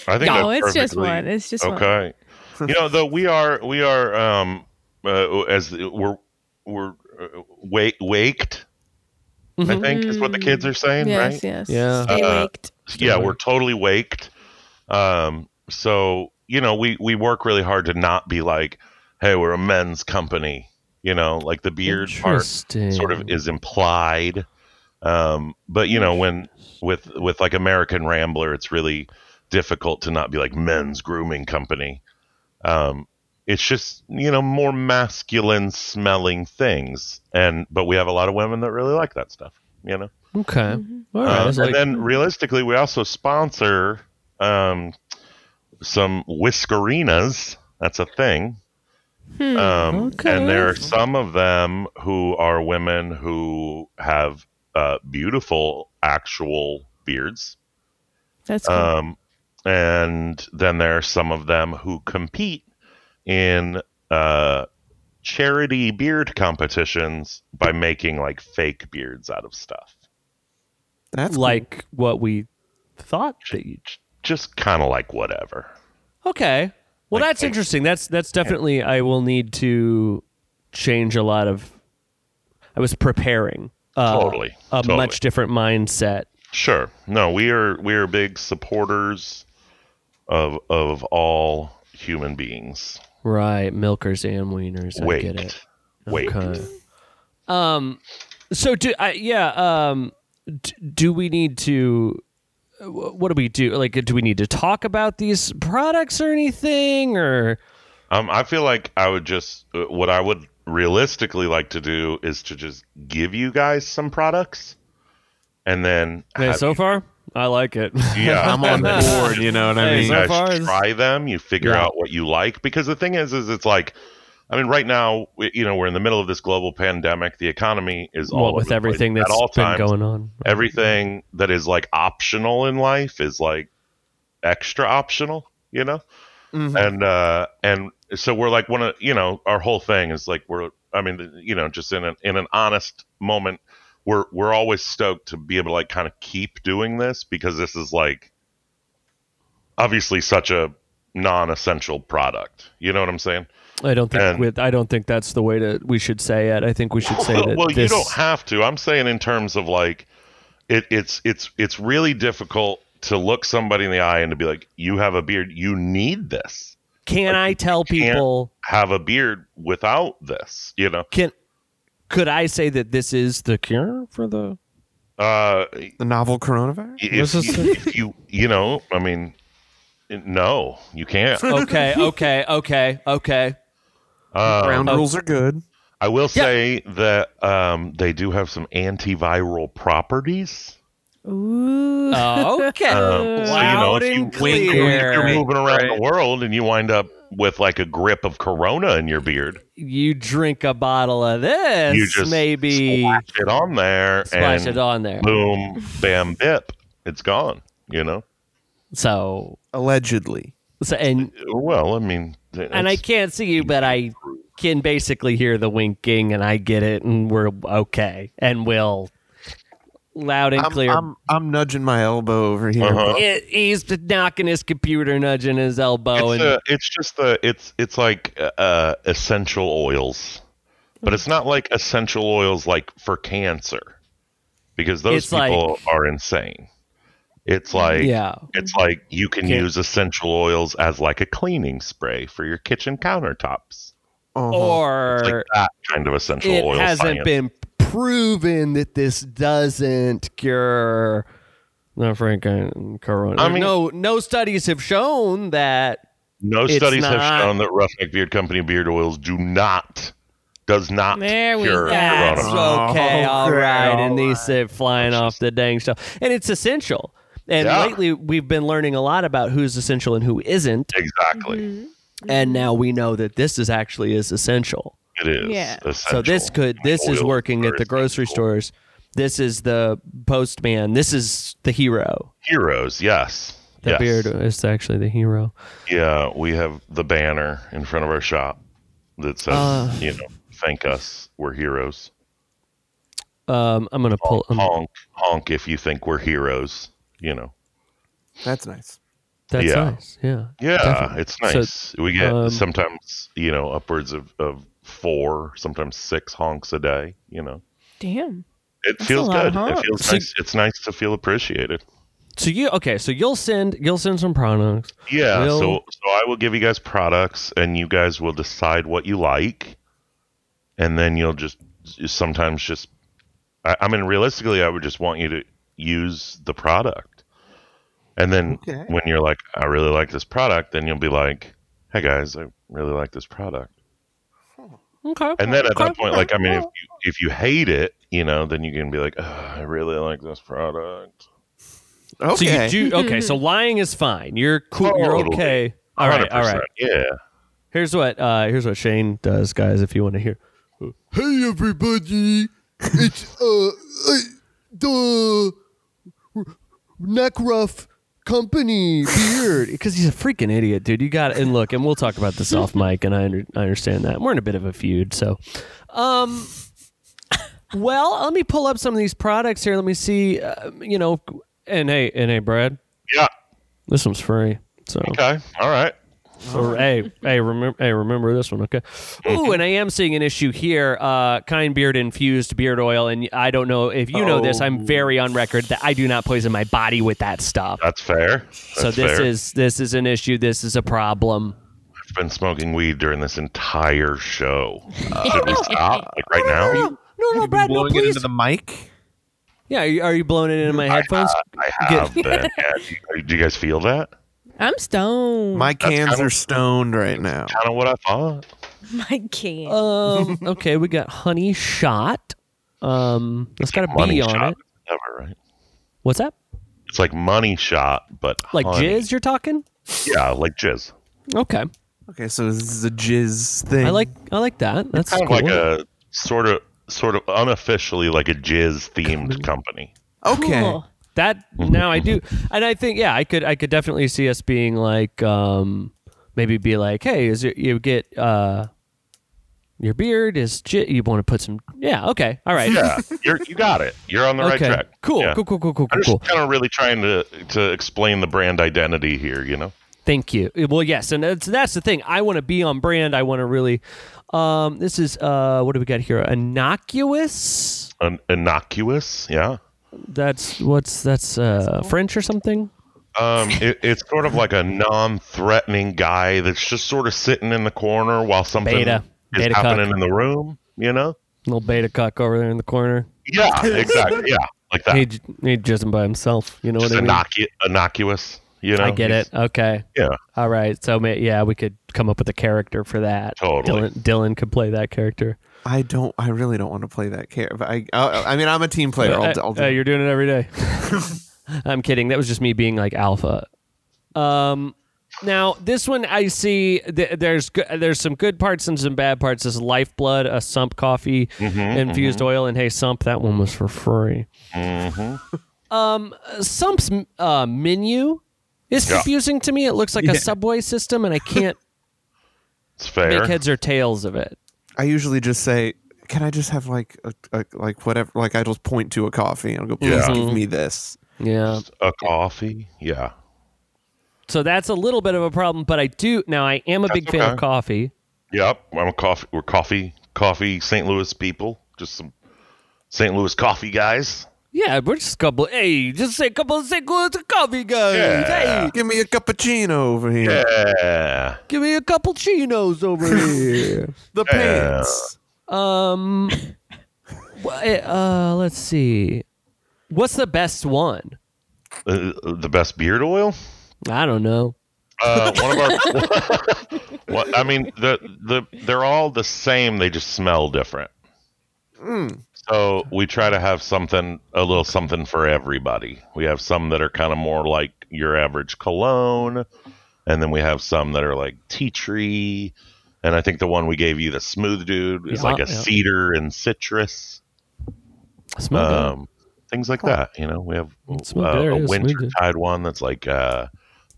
S4: I think
S3: No,
S4: that's
S3: it's just
S4: perfectly-
S3: one. It's just one.
S4: okay. you know, though we are we are um uh, as the- we're we're uh, wake waked. I
S1: Mhm.
S4: think is what the kids are saying,
S3: Mm-hmm. Yes,
S4: right?
S3: yes.
S1: Yeah.
S3: Stay
S4: Uh,
S3: waked.
S4: yeah
S1: Sure.
S4: we're totally waked um so you know we we work really hard to not be like hey we're a men's company you know like the beard part
S1: Interesting.
S4: sort of is implied um but you know when with with like american rambler it's really difficult to not be like men's grooming company um it's just you know more masculine smelling things and but we have a lot of women that really like that stuff you know
S1: okay. All right.
S4: um,
S1: It's like-
S4: and then realistically, we also sponsor um, some whiskerinas. That's a thing.
S3: Hmm.
S4: Um,
S1: Okay.
S4: And there are some of them who are women who have uh, beautiful actual beards.
S3: That's cool.
S4: uh, Um, and then there are some of them who compete in uh, charity beard competitions by making like fake beards out of stuff.
S2: That's cool.
S1: like what we thought. That you,
S4: Just kind of like whatever.
S1: okay. Well,
S4: Like,
S1: that's
S4: I-
S1: interesting. That's that's definitely I will need to change a lot of. I was preparing uh,
S4: Totally.
S1: a
S4: Totally.
S1: much different mindset.
S4: Sure. No, we are we are big supporters of of all human beings.
S1: Right, milkers and wieners. I get it.
S4: Waked. Waked.
S1: Okay. Um, so do I? Yeah. Um, d- do we need to? wh- What do we do? Like, do we need to talk about these products or anything? Or
S4: Um, I feel like I would just uh, what I would realistically like to do is to just give you guys some products, and then have
S1: so far, I like it.
S4: you- yeah,
S2: I'm on board. You know what I
S1: Hey,
S2: mean?
S1: so-
S4: you guys
S1: far is-
S4: try them. You figure
S1: Yeah.
S4: out what you like because the thing is, is it's like, I mean, right now, we, you know, we're in the middle of this global pandemic. The economy is all
S1: well,
S4: over
S1: with
S4: the place
S1: everything
S4: at
S1: that's
S4: all
S1: been
S4: times.
S1: going on.
S4: everything that is like optional in life is like extra optional, you know?
S2: Mm-hmm.
S4: And uh and so we're like one of you know, our whole thing is like we're I mean, you know, just in an in an honest moment, we're we're always stoked to be able to like kind of keep doing this because this is like obviously such a non essential product. You know what I'm saying?
S1: I don't think
S4: and-
S1: with. I don't think that's the way to. We should say it. I think we should say
S4: well,
S1: that.
S4: well, you
S1: this-
S4: don't have to. I'm saying in terms of like, it, it's it's it's really difficult to look somebody in the eye and to be like, you have a beard, you need this.
S1: Can I tell
S4: can't-
S1: people?
S4: Have a beard without this, you know.
S1: Can could I say that this is the cure for the?
S4: Uh,
S2: the novel coronavirus.
S4: if, you, if you you know, I mean, no, you can't. Uh,
S1: Okay, okay, okay, okay. Uh,
S4: Um,
S2: Ground rules are good.
S4: I will say that um, they do have some antiviral properties.
S3: Ooh.
S1: Uh, okay.
S4: Um, so you know,
S1: Loud
S4: if you
S1: and
S4: wink,
S1: clear.
S4: you're moving around
S2: Right.
S4: the world and you wind up with like a grip of corona in your beard,
S1: you drink a bottle of this,
S4: you just
S1: maybe
S4: splash it on there
S1: splash
S4: and
S1: it on there.
S4: boom, bam, bip, it's gone. You know.
S1: So,
S2: Allegedly.
S1: so and
S4: Well, I mean,
S1: and I
S4: it's-
S1: can't see you, but I can basically hear the winking, and I get it, and we're okay, and we'll loud and
S2: I'm,
S1: clear.
S2: I'm, I'm nudging my elbow over here.
S4: Uh-huh.
S1: It- he's knocking his computer, nudging his elbow,
S4: it's,
S1: and
S4: a- it's just the it's it's like uh, essential oils, but it's not like essential oils like for cancer, because those
S1: It's like-
S4: people are insane. It's like
S1: yeah,
S4: It's like you can
S1: Okay.
S4: use essential oils as like a cleaning spray for your kitchen countertops.
S2: Uh-huh.
S1: or
S4: It's like that kind of essential
S1: Er, it
S4: oil
S1: hasn't
S4: science.
S1: been proven that this doesn't cure the freaking corona.
S4: I mean-
S1: no, no studies have shown that.
S4: no
S1: it's
S4: studies
S1: not-
S4: have shown that Roughneck Beard Company beard oils do not does not
S3: There we
S4: cure
S3: go.
S1: That's
S4: corona. Oh,
S1: okay,
S2: Okay,
S1: all right, and
S2: all
S1: these sit flying off the dang stuff, and it's essential. And
S4: Yeah.
S1: lately, we've been learning a lot about who's essential and who isn't,
S4: Exactly.
S1: and now we know that this is actually is essential.
S4: It is.
S3: Yeah.
S1: So
S4: essential.
S1: this could this is
S4: Oils
S1: working
S4: are
S1: at the grocery
S4: essential.
S1: stores. This is the postman. This is the hero.
S4: Heroes, yes.
S1: The
S4: yes.
S1: beard is actually the hero.
S4: Yeah, we have the banner in front of our shop that says,
S1: Uh.
S4: you know, thank us, we're heroes.
S1: Um, I'm gonna pull. um,
S4: Honk, honk if you think we're heroes, you know.
S2: That's nice.
S1: that's
S4: yeah.
S1: nice. Yeah.
S4: Yeah,
S1: Definitely.
S4: it's
S1: So,
S4: nice. we get
S1: um,
S4: sometimes, you know, upwards of, of four, sometimes six honks a day, you know.
S3: Damn.
S4: It
S3: That's
S4: feels
S3: a lot
S4: good.
S3: of
S4: It
S3: honks.
S4: feels
S1: So-
S4: nice. It's nice to feel appreciated.
S1: So you okay? So you'll send you'll send some products.
S4: Yeah.
S1: Will-
S4: So so I will give you guys products and you guys will decide what you like. And then you'll just sometimes just I, I mean realistically I would just want you to use the product. And then
S2: Okay.
S4: when you're like, I really like this product, then you'll be like, Hey guys, I really like this product.
S1: Okay.
S4: And then at
S1: okay,
S4: that point, like I mean, if
S1: okay.
S4: you if you hate it, you know, then you can be like, "Ugh, I really like this product.
S1: so
S2: Okay.
S1: you do okay. So lying is fine. You're cool. You're
S4: Totally.
S1: okay. All right. All right.
S4: 100%, Yeah.
S1: Here's what uh here's what Shane does, guys, if you want to hear. Hey everybody. It's uh, uh the neck rough company beard because he's a freaking idiot, dude. You got and look, and we'll talk about this off mic, and I, under, I understand that we're in a bit of a feud. So, um, well, let me pull up some of these products here. Let me see, uh, you know, and hey, and hey, Brad,
S4: Yeah.
S1: this one's free. So,
S4: Okay. All right.
S1: or,
S4: Oh.
S1: hey, hey, remember, hey, remember this one, okay? Ooh, and I am seeing an issue here. Uh, kind beard infused beard oil, and I don't know if you know this.
S4: Oh.
S1: I'm very on record that I do not poison my body with that stuff.
S4: That's fair. That's
S1: so this
S4: fair.
S1: is this is an issue. This is a problem.
S4: I've been smoking weed during this entire show. Should we stop like right now?
S1: No,
S2: Oh,
S1: no, Brad, no,
S2: blowing it
S1: please.
S2: into the mic.
S1: yeah, are you, are you blowing it into my headphones?
S4: I have been. Yeah, do- do you guys feel that?
S3: I'm stoned.
S2: My cans
S4: kinda-
S2: are stoned right now.
S4: Kind of what I thought.
S3: My can.
S1: um, okay, we got honey shot. Um, it's got a
S4: Money
S1: bee on
S4: shot.
S1: it.
S4: Ever, right?
S1: What's that?
S4: It's like money shot, but
S1: Like
S4: honey.
S1: jizz? You're talking?
S4: Yeah, like jizz.
S1: Okay,
S2: Okay, so this is a jizz thing.
S1: I like I like that. That's
S4: Kind of
S1: cool.
S4: like a sort of sort of unofficially like a jizz themed company.
S2: Okay.
S3: Cool.
S1: that
S4: Mm-hmm.
S1: now I do, and I think yeah, I could I could definitely see us being like um maybe be like hey is it, you get uh your beard is j- you want to put some yeah okay all right
S4: Yeah, you're, you got it. You're on the right
S1: okay
S4: track.
S1: cool
S4: Yeah.
S1: cool cool cool cool
S4: I'm
S1: cool cool
S4: just kind of really trying to to explain the brand identity here. You know,
S1: thank you well yes and that's that's the thing I want to be on brand I want to really um this is uh what do we got here innocuous
S4: An, innocuous. Yeah.
S1: that's what's that's uh French or something
S4: Um, it, it's sort of like a non-threatening guy that's just sort of sitting in the corner while something
S1: Beta.
S4: is
S1: Beta
S4: happening
S1: cuck.
S4: in the room. You know?
S1: little beta cuck over there in the corner
S4: Yeah, exactly. Yeah, like that.
S1: he j- he just by himself you know
S4: just
S1: what I mean
S4: innocu- innocuous. You know?
S1: I get it. Okay.
S4: Yeah.
S1: All right. So ma- yeah, we could come up with a character for that.
S4: Totally.
S1: Dylan, Dylan could play that character.
S2: I don't. I really don't want to play that character. I. I I mean, I'm a team player. I'll, I'll do
S1: Uh, uh, you're doing it every day. I'm kidding. That was just me being like alpha. Um, now this one I see th- there's go- there's some good parts and some bad parts. This lifeblood, a sump coffee
S4: Mm-hmm,
S1: infused oil, and hey, sump that one was for free.
S4: hmm
S1: Um, Sump's uh, menu is
S4: Yeah.
S1: confusing to me. It looks like a
S2: Yeah.
S1: subway system, and I can't
S4: It's fair.
S1: make heads or tails of it.
S2: I usually just say, "Can I just have like a, a like whatever?" Like I just point to a coffee and I'll go, "Please
S4: Yeah.
S2: give me this."
S1: Yeah.
S4: a coffee. Yeah.
S1: So that's a little bit of a problem, but I do now. I am a big fan
S4: okay.
S1: of coffee.
S4: Yep. I'm a coffee. We're coffee. Coffee. St. Louis people. Just some St. Louis coffee guys.
S1: Yeah, we're just a couple. Hey, just say a couple of sequels of coffee guys.
S4: Yeah.
S1: Hey,
S2: Give me a cappuccino over here.
S4: Yeah.
S1: give me a couple chinos over here.
S2: The pants.
S1: um, wh- uh, let's see. What's the best one?
S4: Uh, the best beard oil.
S1: I don't know.
S4: Uh, one of our. What- I mean, the the they're all the same. They just smell different. So we try to have something, a little something for everybody. We have some that are kind of more like your average cologne, and then we have some that are like tea tree, and I think the one we gave you, the smooth dude, is
S1: Yeah,
S4: like a
S1: yeah.
S4: cedar and citrus,
S1: Smell good.
S4: um, things like that. You know, we have uh,
S1: smell better,
S4: a
S1: yeah, smooth dude.
S4: winter tide one that's like uh,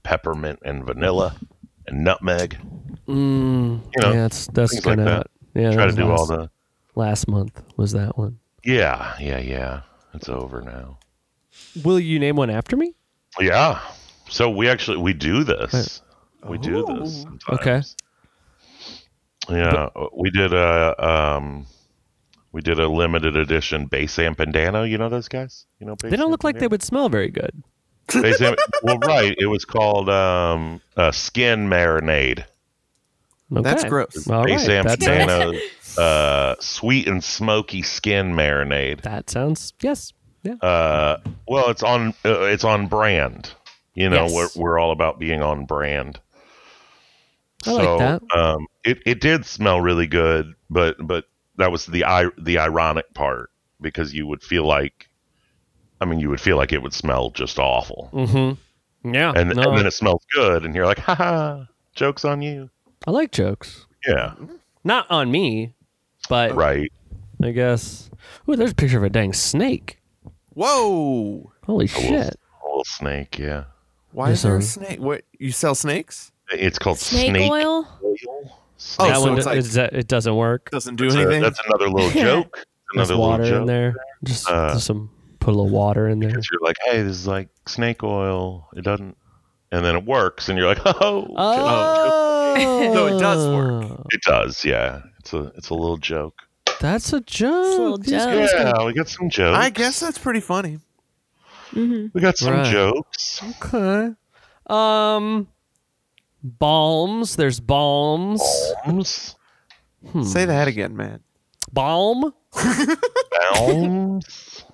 S4: peppermint and vanilla and nutmeg.
S1: Mm,
S4: you know,
S1: yeah, that's that's
S4: things like
S1: kind of
S4: that.
S1: yeah.
S4: Try
S1: that was
S4: to do
S1: last,
S4: all the
S1: last month was that one.
S4: yeah, yeah, yeah. It's over now.
S1: Will you name one after me?
S4: Yeah. So we actually we do this. We do
S1: Oh.
S4: this.
S1: Okay.
S4: Sometimes. Yeah, we did a um, we did a limited edition base amp bandana. You know those guys? You know
S1: They don't look like they would smell very good.
S4: they. Base amp, well, right. It was called um, uh, skin marinade.
S1: Okay.
S2: That's gross.
S1: All
S4: base
S1: right,
S4: amp
S1: that sounds-
S4: bandana, uh, sweet and smoky skin marinade.
S1: That sounds yes. Yeah.
S4: uh, well, it's on uh, it's on brand. You know,
S3: Yes.
S4: we're we're all about being on brand.
S1: I like that.
S4: Um, it it did smell really good, but but that was the i the ironic part because you would feel like, I mean, you would feel like it would smell just awful,
S1: Mm-hmm. Yeah.
S4: and,
S1: no,
S4: and then it smells good, and you're like, ha ha, jokes on you.
S1: I like jokes.
S4: Yeah,
S1: Not on me, but
S4: right.
S1: I guess. Ooh, there's a picture of a dang snake.
S2: Whoa!
S1: Holy
S4: A little,
S1: shit.
S4: a little snake. Yeah,
S2: Why is there a snake? What you sell snakes?
S4: It's called
S3: Snake
S4: snake,
S3: oil?
S4: Snake
S2: Oh,
S1: that
S2: so
S1: one
S2: it's
S1: do-
S2: like-
S1: is that, it doesn't work.
S2: Doesn't do
S4: That's a-
S2: anything.
S4: that's another little joke.
S1: There's
S4: Another
S1: water
S4: little joke.
S1: in there. Just,
S4: Uh,
S1: just some put a little water in there.
S4: Because you're like, hey, this is like snake oil. It doesn't, and then it works, and you're like, oh, joke, joke."
S1: Oh,
S2: So it does work.
S4: it does. Yeah, it's a it's a little joke.
S1: That's a joke.
S3: little
S1: These
S3: joke.
S1: guys
S4: yeah,
S1: got-
S4: we got some jokes.
S2: I guess that's pretty funny.
S3: Mm-hmm.
S4: we got some
S1: Right.
S4: jokes.
S1: Okay. Um, balms. There's balms.
S4: Bombs,
S1: Hmm.
S2: Say that again, man.
S1: Balm.
S4: bombs.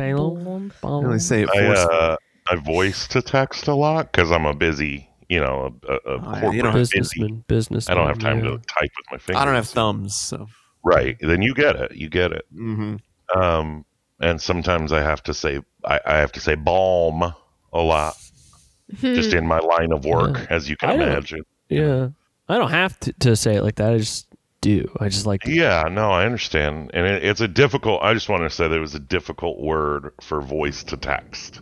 S1: Balm. Balm.
S2: Really say it
S4: I
S2: forcefully.
S4: uh, I voice to text a lot because I'm a busy, you know, a, a, a
S2: Oh, yeah,
S4: corporate
S2: you don't have-
S4: busy.
S1: businessman. Businessman.
S4: I don't have time
S1: yeah.
S4: to type with my fingers.
S2: I don't have thumbs, so.
S4: Right. Then you get it. You get it.
S2: Mm-hmm.
S4: Um, and sometimes I have to say I, I have to say balm a lot just in my line of work,
S1: Yeah.
S4: as you
S1: Oh, I
S4: can
S1: don't-
S4: imagine.
S1: Yeah. I don't have to, to say it like that. I just do. I just like.
S4: Yeah, no, I understand, and it, it's a difficult. I just want to say that it was a difficult word for voice to text.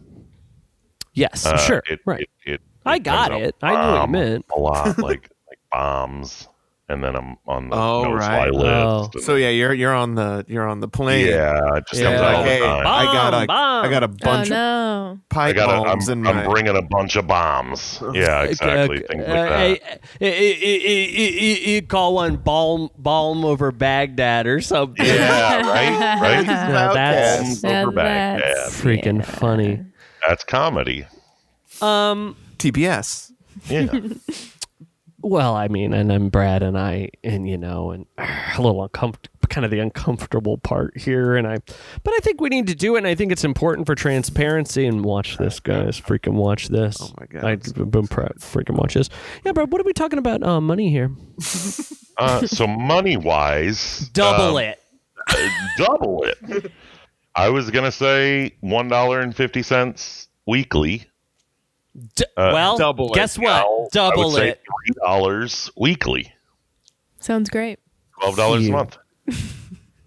S1: Yes.
S4: Uh,
S1: sure.
S4: it-
S1: right.
S4: it- it-
S1: I
S4: it
S1: got
S4: comes out
S1: it. I knew what you
S4: bomb
S1: meant.
S4: a lot, like like bombs, and then I'm on the
S2: Oh,
S4: no fly
S2: right.
S1: Oh.
S4: list. and-
S2: So yeah, you're you're on the you're on the plane.
S4: yeah, it just
S2: Yeah,
S4: comes out all
S2: like,
S4: the
S2: hey,
S4: time.
S2: I got a,
S1: Bomb,
S2: I got a
S3: Oh
S2: bunch of
S3: no.
S4: I
S2: pipe
S4: got a,
S2: bombs
S4: I'm,
S2: in
S4: I'm
S2: my.
S4: bringing a bunch of bombs. Yeah,
S1: Uh,
S4: exactly. Things like that.
S1: You call one balm balm over Baghdad or something.
S4: Yeah, right, right.
S3: Yeah,
S1: Now
S4: Palms
S1: that's
S3: Now
S4: over back. Yeah,
S3: that's-
S1: freaking
S3: yeah.
S1: funny.
S4: that's comedy.
S1: Um.
S2: TBS.
S4: Yeah,
S1: Well, I mean, and I'm Brad, and I, and you know, and a little uncomfortable, kind of the uncomfortable part here, and I, but I think we need to do it, and I think it's important for transparency. And watch this, guys, freaking watch this.
S2: Oh my God.
S1: I've been pre- freaking watch this. Yeah, Brad, what are we talking about? Uh, money here.
S4: uh, so money wise,
S1: Double
S2: Um,
S1: it.
S4: double it. I was gonna say one dollar and fifty cents weekly.
S1: D-
S4: uh,
S1: well,
S2: double it.
S1: guess what?
S4: Now, I would
S1: double
S4: say
S1: it.
S4: Three dollars weekly,
S3: Sounds great.
S4: twelve dollars a
S1: Yeah.
S4: month.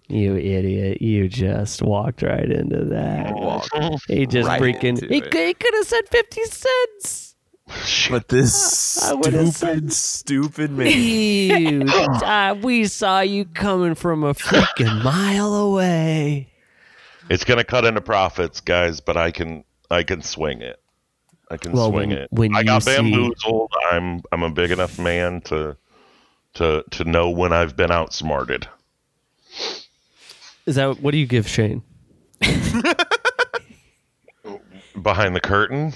S1: You idiot! You just walked right into that. He just
S2: right
S1: freaking.
S2: into
S1: He,
S2: it.
S1: he could have said fifty cents.
S4: Shit.
S2: But this
S1: I would've
S2: stupid, stupid man.
S1: Dude, uh, we saw you coming from a freaking mile away.
S4: It's gonna cut into profits, guys. But I can, I can swing it. I can
S1: Well,
S4: swing
S1: when-
S4: it.
S1: when
S4: I
S1: you
S4: got
S1: see-
S4: bamboozled. I'm, I'm a big enough man to, to, to know when I've been outsmarted.
S1: Is that what do you give Shane?
S4: Behind the curtain,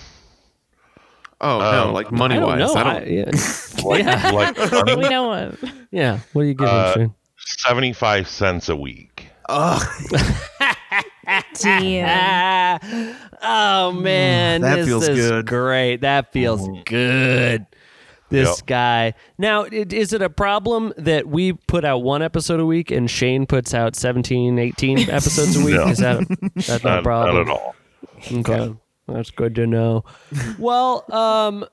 S2: Oh no,
S4: Um,
S2: like money
S1: I don't
S2: wise,
S1: know.
S2: I
S1: I-
S2: don't.
S1: yeah.
S4: like,
S1: Yeah.
S4: like
S3: we know him.
S1: yeah. What do you give
S4: Uh,
S1: him, Shane?
S4: seventy-five cents a week.
S2: Ugh,
S3: Damn.
S1: Ah, oh man,
S2: that
S1: this
S2: feels
S1: is
S2: good.
S1: Great, that feels good. This
S4: Yep.
S1: guy. Now, it, is it a problem that we put out one episode a week and Shane puts out 17, 18 episodes a week?
S4: No.
S1: Is that that's not a
S4: Not,
S1: problem?
S4: not at all.
S1: Okay. That's good to know. well, um,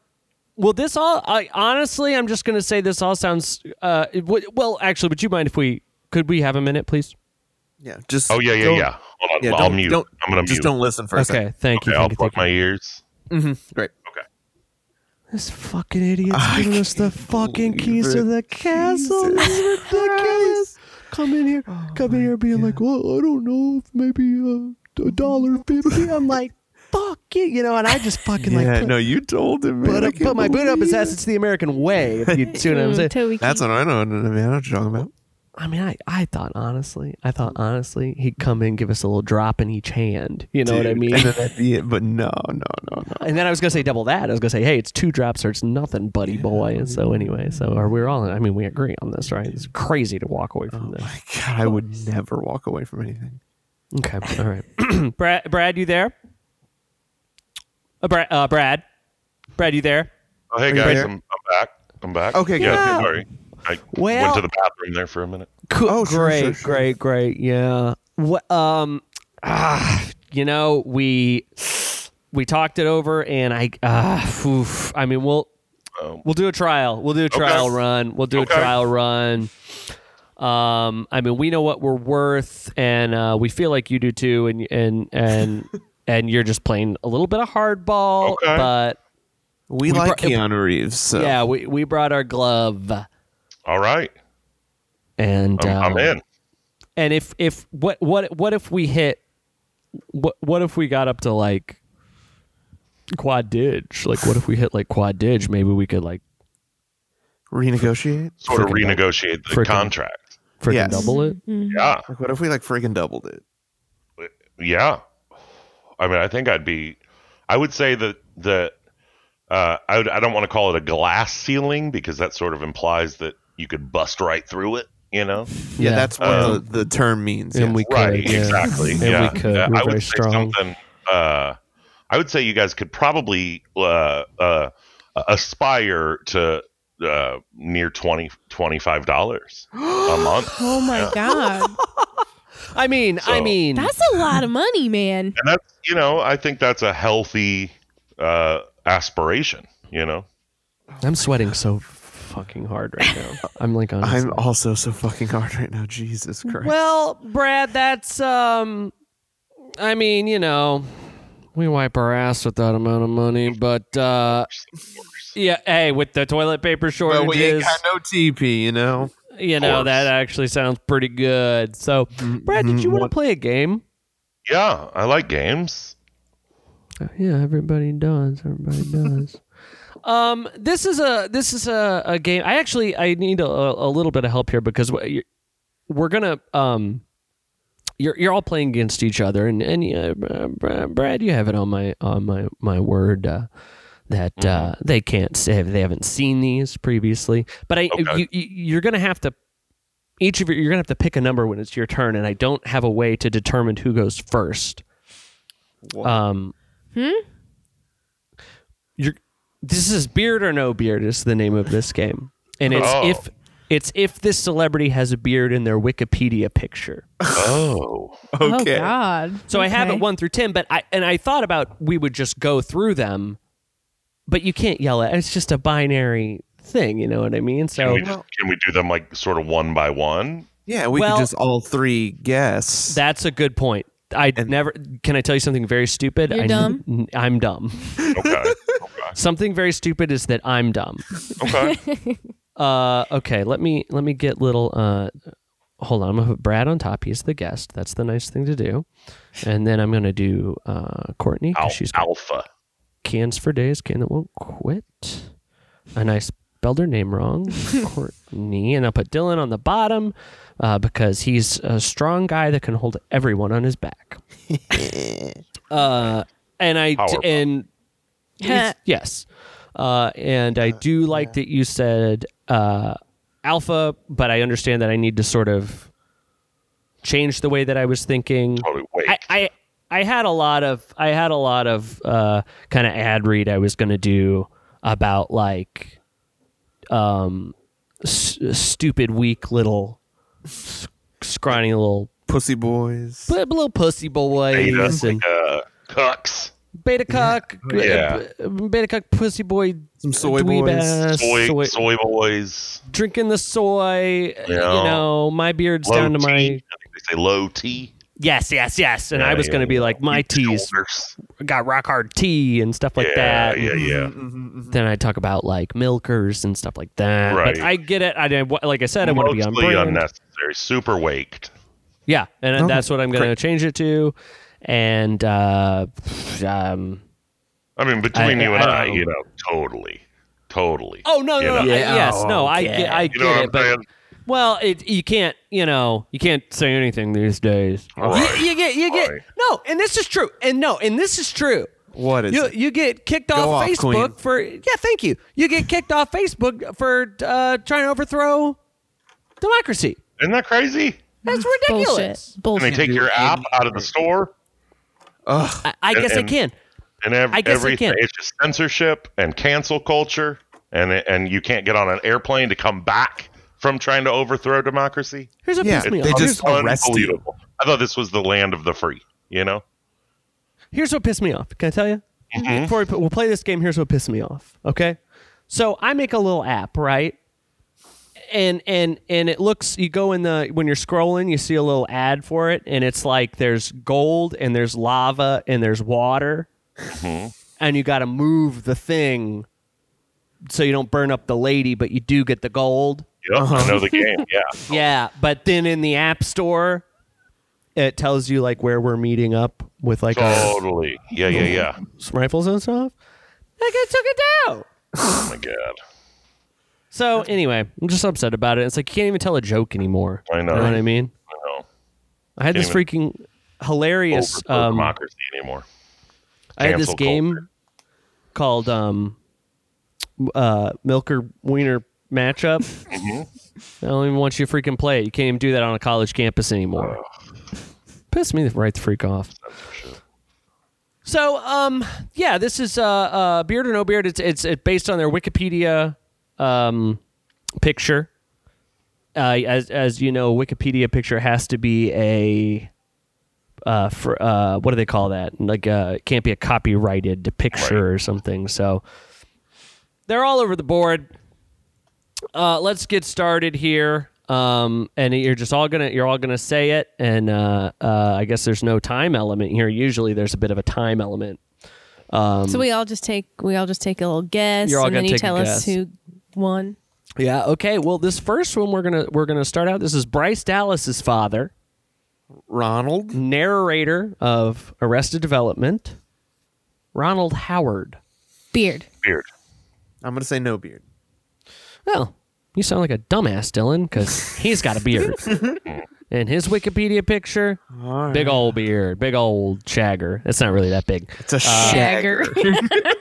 S1: well, this all, I honestly, I'm just going to say this all sounds, uh, it would- well, actually, would you mind if we, could we have a minute, please?
S2: yeah, just.
S4: Oh yeah, yeah,
S2: don't-
S4: yeah. Hold on,
S2: yeah,
S4: I'll
S2: don't-
S4: mute.
S2: don't-
S4: I'm gonna
S2: Just
S4: mute.
S2: don't listen for a second.
S1: Okay. Thank you.
S4: Okay, I'll
S1: Thank you.
S4: plug
S1: Thank you.
S4: my ears.
S2: Great.
S1: This fucking idiot's
S2: I
S1: giving us the
S2: can't
S1: fucking
S2: believe
S1: keys to
S2: it.
S1: the castle.
S2: Jesus
S1: It's ridiculous. Come in here, come in here, being like, well, I don't know if maybe uh, a dollar fifty. I'm like, fuck you, you know. And I just fucking
S2: Yeah,
S1: like put,
S2: no, you told him. man.
S1: put,
S2: I
S1: up-
S2: can't
S1: put my boot up his
S2: believe
S1: ass. It's the American way. If you see what I'm saying.
S3: Toby
S2: That's
S3: Keith.
S2: what I know. I mean, I know what you're talking about.
S1: I mean, I, I thought honestly, I thought honestly, he'd come in, give us a little drop in each hand. You know what I
S2: Dude,
S1: mean?
S2: And then that'd be it. But no, no, no, no.
S1: And then I was gonna say double that. I was gonna say, hey, it's two drops or it's nothing, buddy boy. And so anyway, so are we all? I mean, we agree on this, right? It's crazy to walk away from this.
S2: My God, I would never walk away from anything.
S1: Okay, all right. Brad, Brad, you there? Uh, Brad, uh, Brad, Brad, you there?
S4: Oh, hey
S2: you
S4: guys,
S2: there?
S4: I'm, I'm back. I'm back.
S2: Okay,
S4: yeah.
S1: good.
S4: Sorry, I
S1: Well-
S4: went to the bathroom there for a minute.
S1: Cool.
S2: Oh, sure,
S1: great,
S2: sure, sure.
S1: great, great. Yeah. What? Um. Ah, you know, we we talked it over, and I. Ah. oof. I mean, we'll
S4: Um,
S1: we'll do a trial. We'll do a trial run. We'll do
S4: Okay.
S1: a trial run. Um. I mean, we know what we're worth, and uh, we feel like you do too, and and and and you're just playing a little bit of hardball,
S4: Okay.
S1: but
S2: We,
S1: We brought-
S2: like Keanu Reeves. So.
S1: Yeah, we, we brought our glove
S4: All right,
S1: and
S4: I'm,
S1: um,
S4: I'm in.
S1: And if if what what what if we hit what what if we got up to like quad dig? Like what if we hit like quad dig? Maybe we could like
S2: Renegotiate.
S4: Sort of
S1: freaking double-
S4: renegotiate the
S1: freaking-
S4: contract.
S1: freaking
S2: Yes.
S1: double it.
S4: Yeah,
S2: Like, what if we like friggin' doubled it?
S4: yeah. I mean, I think I'd be. I would say that that uh, I would, I don't want to call it a glass ceiling because that sort of implies that you could bust right through it. You know.
S2: Yeah, that's what
S4: Uh,
S2: the, the term means.
S1: and
S2: yes.
S1: we
S4: right
S1: could, yeah.
S4: exactly
S1: And
S4: yeah.
S1: we could.
S4: Yeah,
S1: We're
S4: i
S1: very
S4: would say
S1: strong.
S4: something uh i would say you guys could probably uh uh aspire to uh near 20 25 dollars a month
S3: Oh my god,
S1: I mean, I
S4: So-
S1: mean,
S3: that's a lot of money, man.
S4: and that's you know i think that's a healthy uh aspiration you know
S1: I'm sweating so fucking hard right now. I'm like,
S2: I'm
S1: honestly.
S2: also so fucking hard right now. Jesus Christ.
S1: well, Brad, that's um, I mean, you know, we wipe our ass with that amount of money, but uh, yeah, hey, with the toilet paper
S2: But we ain't
S1: shortages,
S2: got no TP, you know?
S1: you know,
S4: course.
S1: that actually sounds pretty good. So, Brad, did you want to play a game?
S4: yeah i like games
S1: Oh, Yeah, everybody does. Everybody does. um, this is a this is a, a game. I actually I need a, a little bit of help here because we- we're gonna um, you're you're all playing against each other, and and uh, Br- Br- Brad, you have it on my on my my word. Uh, that uh, they can't say they haven't seen these previously, but I
S4: Okay.
S1: you, you you're gonna have to each of you you're gonna have to pick a number when it's your turn, and I don't have a way to determine who goes first. Um,
S3: Hmm?
S1: You're, this is beard or no beard is the name of this game, and it's
S4: Oh.
S1: if it's if this celebrity has a beard in their Wikipedia picture.
S4: oh
S2: okay.
S3: Oh god.
S1: So I have
S3: Okay.
S1: it one through ten, but I and I thought about we would just go through them, but you can't yell at. It's just a binary thing, you know what I mean?
S4: can,
S1: So
S4: we just, can we do them like sort of one by one
S2: yeah, we
S1: Well-
S2: could just all three guess.
S1: that's a good point. I
S2: And-
S1: never. Can I tell you something very stupid?
S3: You're
S1: I,
S3: dumb?
S1: n- I'm dumb.
S4: okay
S1: Something very stupid is that I'm dumb.
S4: okay
S1: Uh, okay, let me let me get little. Uh, hold on, I'm gonna put Brad on top. He's the guest. That's the nice thing to do. And then I'm gonna do uh, Courtney
S4: Al-
S1: because she's got
S4: alpha
S1: cans for days, can that won't quit. And I spelled her name wrong, Courtney. And I'll put Dylan on the bottom uh, because he's a strong guy that can hold everyone on his back. uh, and I
S4: Powerful.
S1: and Yes. yes. Uh, and I do like that you said uh, alpha, but I understand that I need to sort of change the way that I was thinking.
S4: oh wait
S1: I, I I had a lot of I had a lot of uh, kind of ad read I was gonna do about like um s- stupid weak little s- scrawny little
S2: Pussy boys.
S1: bl- little pussy
S4: Beta,
S1: boys and
S4: uh, cucks
S1: beta cuck
S4: Yeah.
S1: uh, b- beta cuck pussy boy
S2: Some soy
S1: dweeb
S2: boys.
S1: ass,
S4: soy,
S1: soy-
S4: soy boys.
S1: drinking the soy uh, you
S4: Yeah.
S1: know my beard's
S4: low
S1: down to
S4: T. I
S1: my
S4: think they say low T.
S1: yes yes yes and
S4: Yeah,
S1: I was
S4: yeah,
S1: gonna be
S4: yeah.
S1: like my
S4: Deep
S1: tees
S4: shoulders.
S1: got rock hard tea and stuff like
S4: yeah,
S1: that
S4: Yeah, yeah.
S1: then I talk about like milkers and stuff like that.
S4: Right.
S1: But I get it. I I- like I said, I want to be on
S4: Mostly
S1: brand.
S4: unnecessary. Super waked.
S1: Yeah, and
S2: Okay,
S1: that's what I'm going to change it to. And uh, um,
S4: I mean, between
S1: I-
S4: you and
S1: I
S4: I,
S1: don't-
S4: you know, totally, totally.
S1: oh no,
S4: You
S1: no, no,
S4: know.
S1: I-
S2: Yeah,
S1: yes, no, I
S2: okay.
S1: get, I
S4: you
S1: get
S4: know what I'm
S1: it, but
S4: saying?
S1: well, it you can't, you know, you can't say anything these days.
S4: Right.
S1: You, you get, you get,
S4: Right.
S1: no, and this is true, and no, and this is true.
S2: What is
S1: you,
S2: it?
S1: you get kicked off,
S2: off,
S1: Facebook
S2: queen.
S1: for yeah, thank you. You get kicked off Facebook for uh, trying to overthrow democracy.
S4: Isn't that crazy?
S1: That's
S3: Bullshit.
S1: ridiculous.
S4: And they
S3: Bullshit.
S4: take your app out of the store,
S1: I, I
S4: And-
S1: guess I
S4: and-
S1: can.
S4: and ev-
S1: I guess I
S4: everything.
S1: can't.
S4: It's just censorship and cancel culture, and and you can't get on an airplane to come back from trying to overthrow democracy.
S1: Here's what
S2: Yeah,
S1: pissed me
S2: they
S1: off.
S2: just- arrest you.
S4: unbelievable. I thought this was the land of the free. You know.
S1: Here's what pissed me off. Can I tell you?
S2: Mm-hmm.
S1: Before we put, we'll play this game, here's what pissed me off. Okay, so I make a little app, right? And and and it looks. You go in the when you're scrolling, you see a little ad for it, and it's like there's gold
S2: Mm-hmm.
S1: and there's lava and there's water, and you got to move the thing so you don't burn up the lady, but you do get the gold.
S4: Yep,
S2: Uh-huh.
S4: I know the game. Yeah.
S1: Yeah, but then in the app store, it tells you like where we're meeting up with like our
S4: Totally. Yeah, yeah, yeah.
S1: rifles and stuff. That guy took it down.
S4: Oh my god.
S1: So anyway, I'm just upset about it. It's like you can't even tell a joke anymore.
S4: I know.
S1: You know what I mean?
S4: I know.
S1: I had this
S4: Can't
S1: freaking hilarious.
S4: Over
S1: Um,
S4: democracy anymore.
S1: I had this
S4: cancel
S1: game called um, uh, Milker Wiener Matchup. I don't even want you to freaking play it. You can't even do that on a college campus anymore. Piss me right the freak off. So, um, yeah, this is uh, uh, beard or no beard. It's it's it's based on their Wikipedia um, picture. Uh, as as you know, Wikipedia picture has to be a uh, for uh, what do they call that? Like, uh, it can't be a copyrighted picture or something. So they're all over the board. Uh, let's get started here. Um, and you're just all gonna you're all gonna say it, and uh, uh, I guess there's no time element here. Usually, there's a bit of a time element.
S3: so we all just take we all just take a little guess,
S1: You're all
S3: and then
S1: gonna
S3: you
S1: take a
S3: tell
S1: guess.
S3: us who won.
S1: Yeah. Okay. Well, this first one we're gonna we're gonna start out. This is Bryce Dallas's father,
S2: Ronald.
S1: narrator of Arrested Development, Ronald Howard.
S3: Beard.
S4: Beard.
S2: I'm gonna say no beard.
S1: Well, you sound like a dumbass, Dylan, because he's got a beard. and his Wikipedia picture, big old beard, big old shagger. It's not really that big.
S2: It's a shag.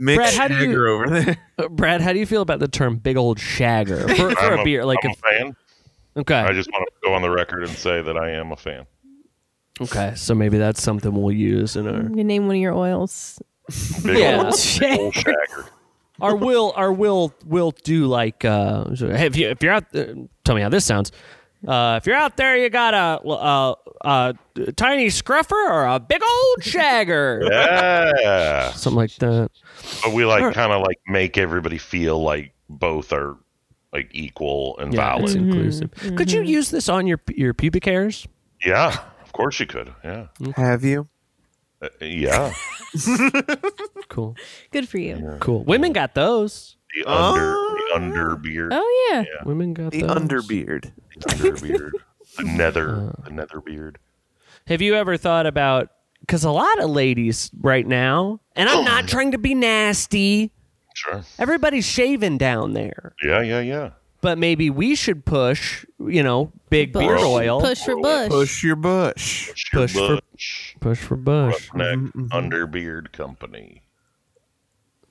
S2: Mick
S1: Brad, uh, how do you-
S2: Jagger over there.
S1: Uh, Brad, how do you feel about the term big old shagger for, for
S4: I'm
S1: a beard? Like,
S4: I'm
S1: if,
S4: a fan. I
S1: okay,
S4: just want to go on the record and say that I am a fan.
S1: okay. So maybe that's something we'll use in our.
S3: You can name one of your oils.
S4: Big
S1: Yeah.
S4: old, big old shagger.
S1: our will our will will do like uh hey, if you if you're out there, tell me how this sounds uh if you're out there you got a a, a tiny scruffer or a big old shagger
S4: Yeah.
S1: something like that
S4: But we like kind of like make everybody feel like both are like equal and
S1: yeah it's
S4: valid.
S1: inclusive
S3: Mm-hmm.
S1: could you use this on your your pubic hairs
S4: Yeah. Of course you could. Yeah.
S1: Mm-hmm.
S2: Have you?
S4: Uh, yeah.
S1: cool
S3: Good for you.
S1: cool women got those
S4: The under the under beard.
S3: Oh yeah.
S1: women got
S2: The
S1: those.
S2: underbeard.
S4: The under beard. The
S1: Uh.
S4: nether. The nether beard.
S1: Have you ever thought about because a lot of ladies right now, and I'm
S2: Oh.
S1: not trying to be nasty,
S4: Sure.
S1: everybody's shaving down there.
S4: Yeah, yeah, yeah.
S1: But maybe we should push, you know, big
S3: Bush.
S1: beard oil.
S3: Push for bush.
S2: Push your bush.
S4: Your
S1: Push for-
S4: Bush
S1: Push Mm-hmm, for Bush.
S4: Roughneck Underbeard Company.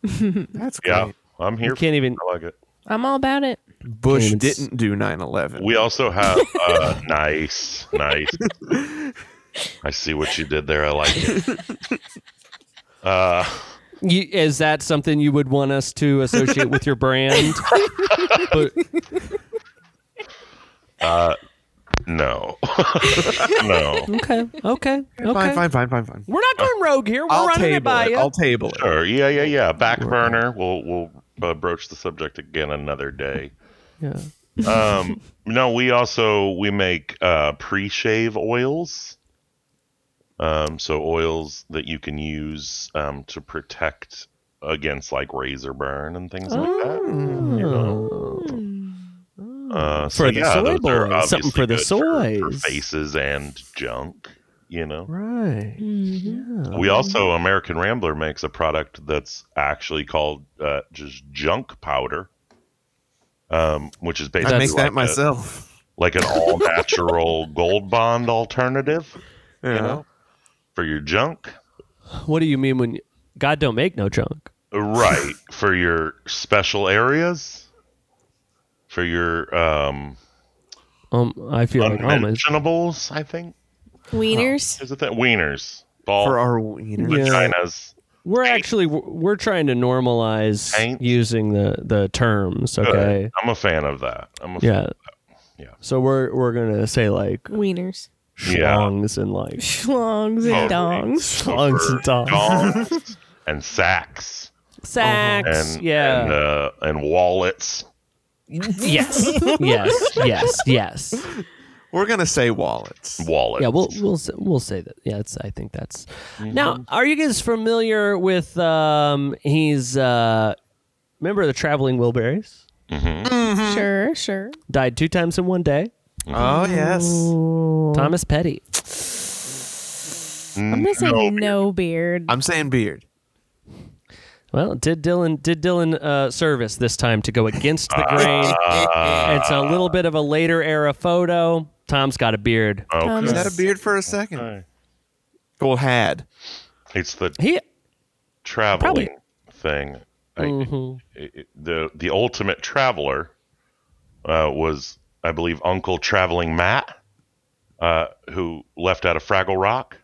S2: That's
S4: Yeah.
S2: great.
S4: I'm here.
S1: You can't even.
S4: for it. I like it.
S3: I'm all about it.
S2: Bush
S1: Can't even s-
S2: didn't do 9/11.
S4: We also have uh, nice, nice. I see what you did there. I like it. Uh,
S1: You, is that something you would want us to associate with your brand? but,
S4: no, no.
S1: okay, okay, okay.
S2: Fine, fine, fine, fine, fine.
S1: We're not going rogue here. We're
S2: I'll
S1: running it
S2: table
S1: by
S2: it.
S1: you.
S2: I'll table it.
S4: Sure. Yeah, yeah, yeah. Back burner. We'll we'll uh, broach the subject again another day.
S1: yeah.
S4: Um, no, we also we make uh, pre-shave oils. Um, so oils that you can use um, to protect against like razor burn and things like that. You know? Uh, so
S1: Oh. For the
S4: yeah,
S1: soy
S4: those are
S1: boys, something
S4: obviously
S1: for the
S4: good for- for
S1: soys.
S4: faces and junk. You know,
S1: Right.
S4: we also American Rambler makes a product that's actually called uh, just junk powder, um, which is basically
S2: I make
S4: like
S2: that
S4: a-
S2: myself.
S4: like an all natural gold bond alternative
S2: Yeah.
S4: you know, for your junk.
S1: What do you mean when you, God don't make no junk?
S4: Right. For your special areas. For your um
S1: Um, I feel like oh my
S4: unmentionables, I think.
S3: Wieners.
S4: Is it that wieners? Ball
S2: For our wiener.
S1: Yeah.
S4: vaginas.
S1: We're actually we're trying to normalize
S4: Ain't.
S1: using the the terms,
S4: Good.
S1: okay?
S4: I'm a fan of that. I'm a
S1: Yeah.
S4: Yeah.
S1: So we're we're gonna say like
S3: Wieners.
S4: Yeah.
S1: schlongs and like
S3: Schlongs and dongs.
S1: schlongs and dogs.
S4: dongs and sacks
S1: Sacks.
S4: and
S1: yeah.
S4: and, uh, and wallets.
S1: yes. yes. Yes. Yes.
S2: We're gonna say wallets.
S4: Wallets.
S1: Yeah. We'll we'll s- we'll say that. Yeah. It's, I think
S4: Mm-hmm.
S1: that's. Now, are you guys familiar with um? He's uh, Remember the traveling Wilburys?
S3: Sure, sure.
S1: Died two times in one day.
S4: Mm-hmm.
S2: Oh yes.
S1: Thomas Petty.
S3: I'm gonna say no, beard.
S2: I'm saying beard.
S1: Well, did Dylan did Dylan uh, service this time to go against the grain? it's a little bit of a later era photo. Tom's got a beard.
S2: Is
S3: Thomas.
S2: that a beard for a second?
S4: Okay.
S2: Well, had.
S4: It's the
S1: He
S4: traveling thing. I,
S1: Mm-hmm.
S4: it- it- the the ultimate traveler uh, was, I believe, Uncle Traveling Matt, uh, who left out of Fraggle Rock.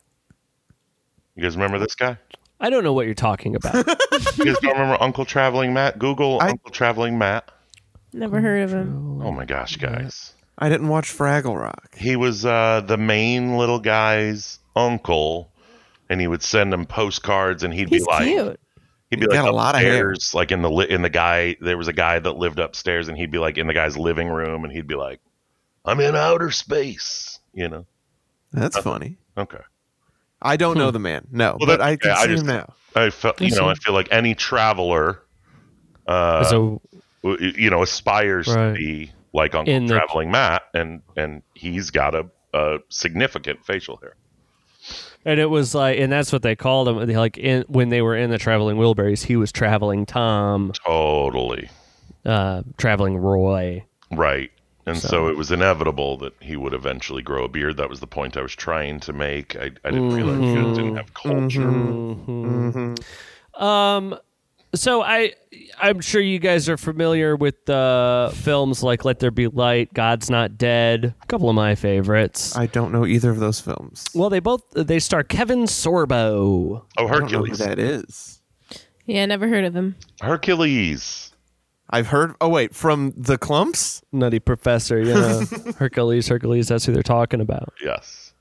S4: You guys remember this guy?
S1: I don't know what you're talking about.
S4: You guys don't remember Uncle Traveling Matt? Google
S2: I-
S4: Uncle Traveling Matt.
S3: Never heard of him.
S4: Oh my gosh, guys!
S2: I didn't watch Fraggle Rock.
S4: He was uh, the main little guy's uncle, and he would send him postcards, and he'd
S3: He's
S4: be like,
S3: cute.
S4: He'd
S2: He's
S4: be like
S2: got a lot of hair.
S4: upstairs, like in the li- in the guy. There was a guy that lived upstairs, and he'd be like in the guy's living room, and he'd be like, "I'm in outer space," you know.
S2: That's funny.
S4: Okay.
S2: I don't know the man. No,
S4: Uh, hmm. Well,
S2: but
S4: that-
S2: I can
S4: yeah, I
S2: see
S4: just-
S2: him now.
S4: I felt, you know, I feel like any traveler, uh,
S1: so
S4: w- you know, aspires
S1: Right.
S4: to be like Uncle
S1: In the-
S4: Traveling Matt, and and he's got a, a significant facial hair.
S1: And it was like, and that's what they called him. They, Like in, when they were in the traveling Wilburys, he was traveling Tom,
S4: Totally
S1: uh, traveling Roy.
S4: right. And so, it was inevitable that he would eventually grow a beard. That was the point I was trying to make. I, I didn't realize you guys didn't have culture.
S1: So I, I'm sure you guys are familiar with uh, films like Let There Be Light, God's Not Dead, a couple of my favorites.
S2: I don't know either of those films.
S1: well, they both they star Kevin Sorbo.
S4: Oh,
S2: I don't know who
S4: Hercules.
S2: that is.
S3: Yeah, never heard of him.
S4: Hercules.
S2: I've heard. Oh wait, from the Clumps.
S1: Nutty Professor, yeah. Hercules, Hercules, that's who they're talking about.
S4: Yes.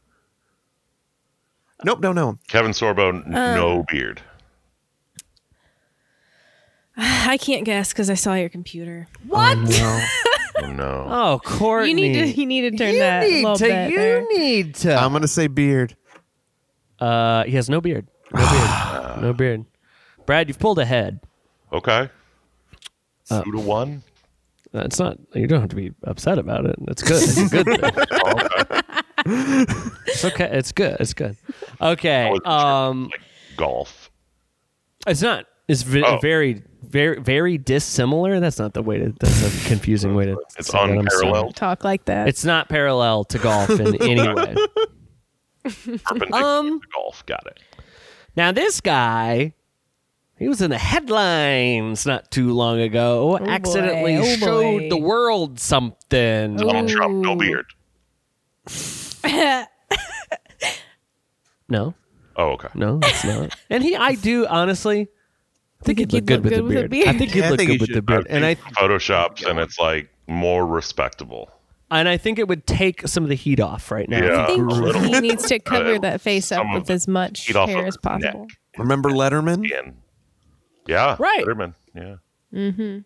S2: Nope, don't know him.
S4: Kevin Sorbo, n-
S1: Uh.
S4: no beard.
S3: I can't guess because I saw your computer.
S4: Oh, no.
S1: Oh, Courtney.
S3: You need to. You need to turn that a little bit. there.
S1: need to.
S2: I'm gonna say beard.
S1: Uh, he has no beard. No beard. no beard. Brad, you've pulled ahead.
S4: Okay. Two to one.
S1: That's Uh, not. You don't have to be upset about it. It's good. It's a good. thing. it's okay. It's good. It's good. Okay.
S4: wasn't sure.
S1: Um,
S4: Golf.
S1: it's not. It's ve-
S4: Oh.
S1: very, very, very dissimilar. That's not the way to. That's a confusing way to.
S4: It's
S1: say it. I'm sorry.
S4: unparalleled.
S3: Talk like that.
S1: It's not parallel to golf in any way.
S4: Perpendicular
S1: Um.
S4: to golf. Got it.
S1: Now this guy, he was in the headlines not too long ago.
S3: boy,
S1: accidentally
S3: oh
S1: showed
S3: boy.
S1: the world something.
S4: Donald Trump, no
S3: Ooh.
S4: beard.
S1: No,
S4: Oh, okay.
S1: no, it's not. and he, I do honestly. I think he'd look good, with, a beard. I think he'd
S2: Yeah, I
S1: look
S2: think he
S1: good with the
S2: should.
S1: beard, and I
S4: Photoshops, and it's like more respectable.
S1: and I think it would take some of the heat off right now.
S4: Yeah.
S3: I think
S4: a little.
S3: he needs to cover
S4: Uh,
S3: that face up
S4: some of
S3: with as much
S4: Eat off
S3: hair
S4: of
S3: as
S4: his
S3: possible.
S4: neck.
S2: Remember Letterman?
S4: Again. Yeah.
S1: Right.
S4: Letterman. Yeah.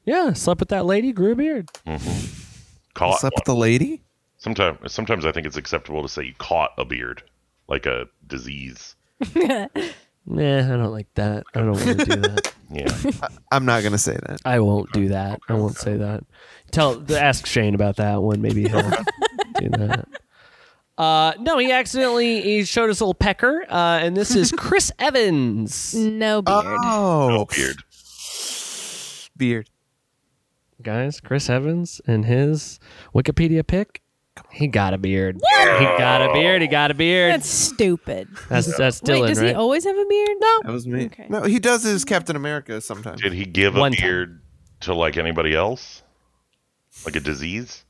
S1: Yeah, slept with that lady, grew a beard.
S4: Caught
S2: Slept
S4: one.
S2: with the lady.
S4: sometimes, sometimes I think it's acceptable to say you caught a beard, like a disease.
S1: Nah, I don't like that. I don't want to do that.
S4: Yeah.
S2: I'm not gonna say that.
S1: I won't do that. I won't say that. Tell ask Shane about that one. Maybe he'll do that. Uh, no, he accidentally he showed us a little pecker, uh, and this is Chris Evans.
S3: No beard.
S2: Oh,
S4: beard.
S2: beard.
S1: guys, Chris Evans and his Wikipedia pick. He got a beard. He got a beard. He got a beard.
S3: That's stupid.
S1: That's that's Dylan,
S3: Wait, does he
S1: right?
S3: always have a beard? No.
S2: That was me.
S3: Okay.
S2: No, he does his Captain America sometimes.
S4: Did he give
S1: One
S4: a
S1: time.
S4: beard to like anybody else? Like a disease?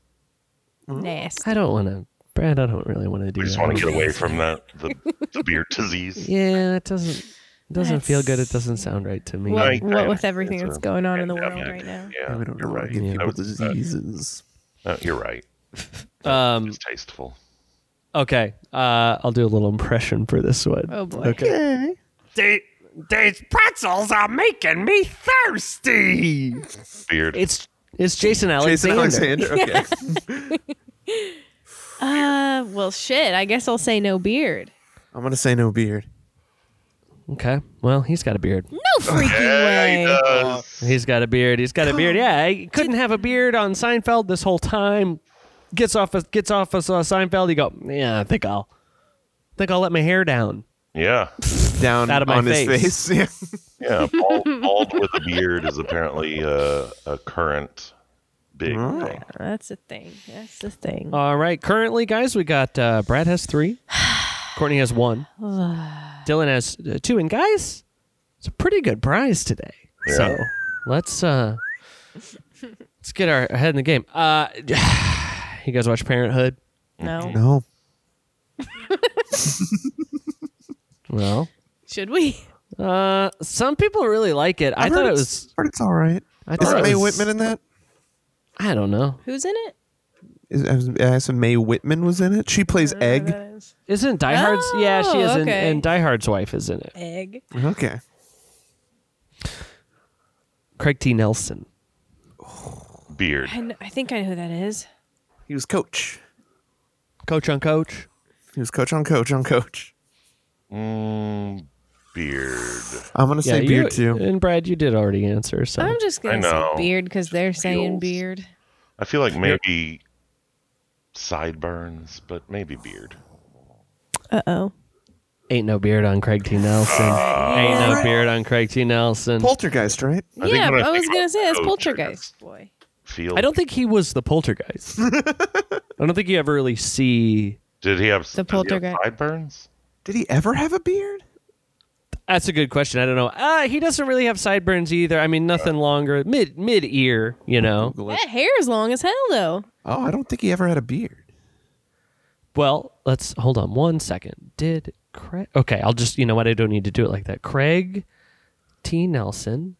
S3: Nasty.
S1: I don't want to, Brad. I don't really want to do.
S4: We just
S1: that.
S4: want to get away from that the, the beard disease.
S1: Yeah, it doesn't it doesn't
S3: That's-
S1: feel good. It doesn't sound right to me.
S4: Well,
S3: What,
S4: I-
S3: what
S4: I-
S3: with everything that's going on in the world
S4: Pandemic.
S3: right now.
S4: Yeah,
S2: we don't
S4: you're
S2: know why to
S4: right.
S2: give
S4: That
S2: people
S4: was-
S2: diseases.
S4: uh, you're right.
S1: Um,
S4: It's tasteful.
S1: okay, uh, I'll do a little impression for this one.
S3: Oh boy.
S1: Okay.
S5: These pretzels are making me thirsty.
S4: Beard.
S1: It's it's Jason Alexander.
S2: Jason Alexander. Okay.
S3: Uh, well, shit. I guess I'll say no beard.
S2: I'm gonna say no beard.
S1: Okay. Well, he's got a beard.
S3: No freaking way.
S4: does.
S1: He's got a beard. He's got a beard. Yeah, he couldn't have a beard on Seinfeld this whole time. Gets off a, gets off a uh, Seinfeld. He go, yeah, I think I'll think I'll let my hair down.
S4: Yeah.
S2: down
S1: Out of my
S2: on
S1: face.
S2: his face.
S4: Yeah. Bald, bald with a beard is apparently uh, a current big thing.
S3: That's a thing. That's the thing.
S1: All right. Currently, guys, we got uh, Brad has three, Courtney has one, Dylan has uh, two, and guys, it's a pretty good prize today. So let's uh, let's get our head in the game. Uh, you guys watch Parenthood?
S3: no.
S2: no.
S1: Well,
S3: Should we?
S1: uh, some people really like it. I, thought it was.
S2: Heard it's all right.
S1: I
S2: Is
S1: thought
S2: it
S1: it
S2: May
S1: was-
S2: Whitman in that?
S1: I don't know.
S3: Who's in it?
S2: Is, I was- I asked if May Whitman was in it. She plays
S1: Uh,
S2: Egg.
S3: That is-
S1: Isn't Die Hard's? yeah, she is, and,
S3: okay.
S1: and Die Hard's wife is in it.
S3: Egg.
S2: Okay.
S1: Craig T. Nelson.
S4: Beard.
S3: I, kn- I think I know who that is.
S2: He was coach.
S1: Coach on coach.
S2: He was coach on coach on coach.
S4: Mm, beard.
S2: I'm gonna say
S1: you- uh,
S2: beard too.
S1: And Brad, you did already answer. So
S3: I'm just
S4: I
S3: gonna
S4: know.
S3: say beard because they're saying
S4: Feels.
S3: beard.
S4: I feel like maybe sideburns, but maybe beard.
S3: Uh oh.
S1: Ain't no beard on Craig T. Nelson. Ain't no beard on Craig T. Nelson.
S2: Poltergeist, right?
S4: I think
S3: Yeah,
S4: when
S3: but I was
S4: think
S3: gonna
S4: of
S3: say that's
S4: coach,
S3: poltergeist boy.
S4: Feel.
S1: I don't think he was the poltergeist. I don't think you ever really see.
S4: Did he have
S3: The
S4: did he have
S3: poltergeist.
S4: sideburns?
S2: Did he ever have a beard?
S1: That's a good question. I don't know. Uh, he doesn't really have sideburns either. I mean, nothing longer. Mid mid ear, you know.
S2: Google it.
S3: That hair is long as hell though.
S2: Oh, I don't think he ever had a beard.
S1: Well, let's hold on one second. Did Craig? Okay, I'll just you know what I don't need to do it like that. Craig T Nelson.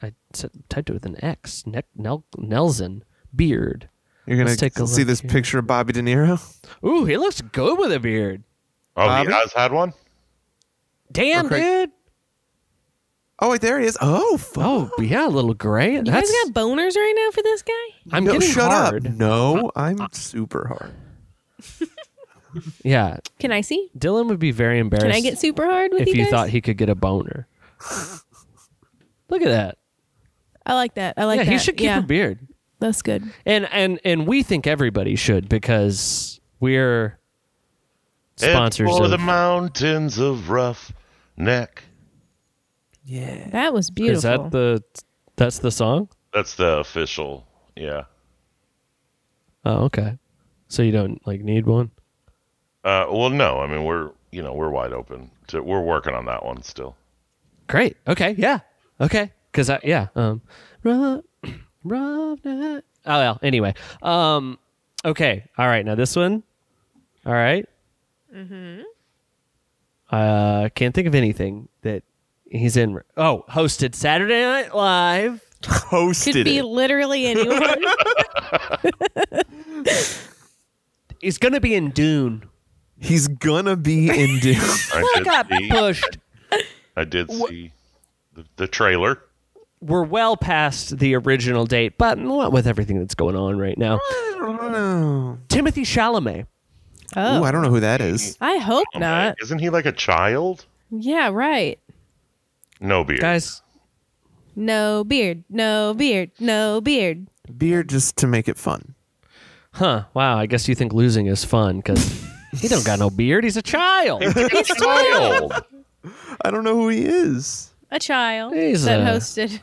S1: I said, typed it with an X. Ne- Nel- Nelson beard.
S2: You're gonna
S1: Let's take a
S2: see
S1: look
S2: this
S1: here.
S2: picture of Bobby De Niro.
S1: Ooh, he looks good with a beard.
S4: Oh,
S2: Bobby?
S4: he has had one.
S1: Damn,
S2: Or Craig-
S1: dude.
S2: Oh wait, there he is. Oh, fuck.
S1: Oh, yeah, a little gray.
S3: You
S1: That's
S3: guys got boners right now for this guy?
S1: I'm
S2: no,
S1: getting
S2: shut
S1: hard.
S2: up. No, I'm super hard.
S1: Yeah,
S3: Can I see?
S1: Dylan would be very embarrassed
S3: Can I get super hard with
S1: if
S3: you
S1: you
S3: guys?
S1: thought he could get a boner. Look at that.
S3: I like that. I like
S1: yeah,
S3: that.
S1: he should keep
S3: yeah,
S1: a beard.
S3: that's good.
S1: and and and we think everybody should because we're sponsors
S4: It's for
S1: of
S4: the mountains of rough neck.
S3: That was beautiful.
S1: is that the that's the song
S4: That's the official. Yeah.
S1: oh okay so you don't like need one
S4: Uh, well, no. I mean, we're you know we're wide open. To, we're working on that one still.
S1: great okay yeah okay because i yeah um rough, rough night. oh well anyway um okay all right now this one all right mm-hmm uh can't think of anything that he's in oh hosted saturday night live
S2: Hosted
S3: Could be
S2: it.
S3: literally anyone.
S1: he's gonna be in dune
S2: He's gonna be in Dune.
S4: I
S1: I
S4: did
S1: got
S4: see.
S1: pushed.
S4: I did see the, the trailer.
S1: We're well past the original date, but what with everything that's going on right now.
S2: oh,
S1: Timothy Chalamet.
S3: oh,
S2: Ooh, I don't know who that is.
S3: I hope
S4: Oh, man,
S3: not.
S4: Isn't he like a child?
S3: Yeah, right.
S4: No beard.
S1: Guys,
S3: No beard. No beard. No beard.
S2: Beard just to make it fun.
S1: huh? Wow, I guess you think losing is fun because he don't got no beard. He's a child.
S4: He's a child.
S2: I don't know who he is.
S3: A child
S1: He's
S3: that
S1: a-
S3: hosted.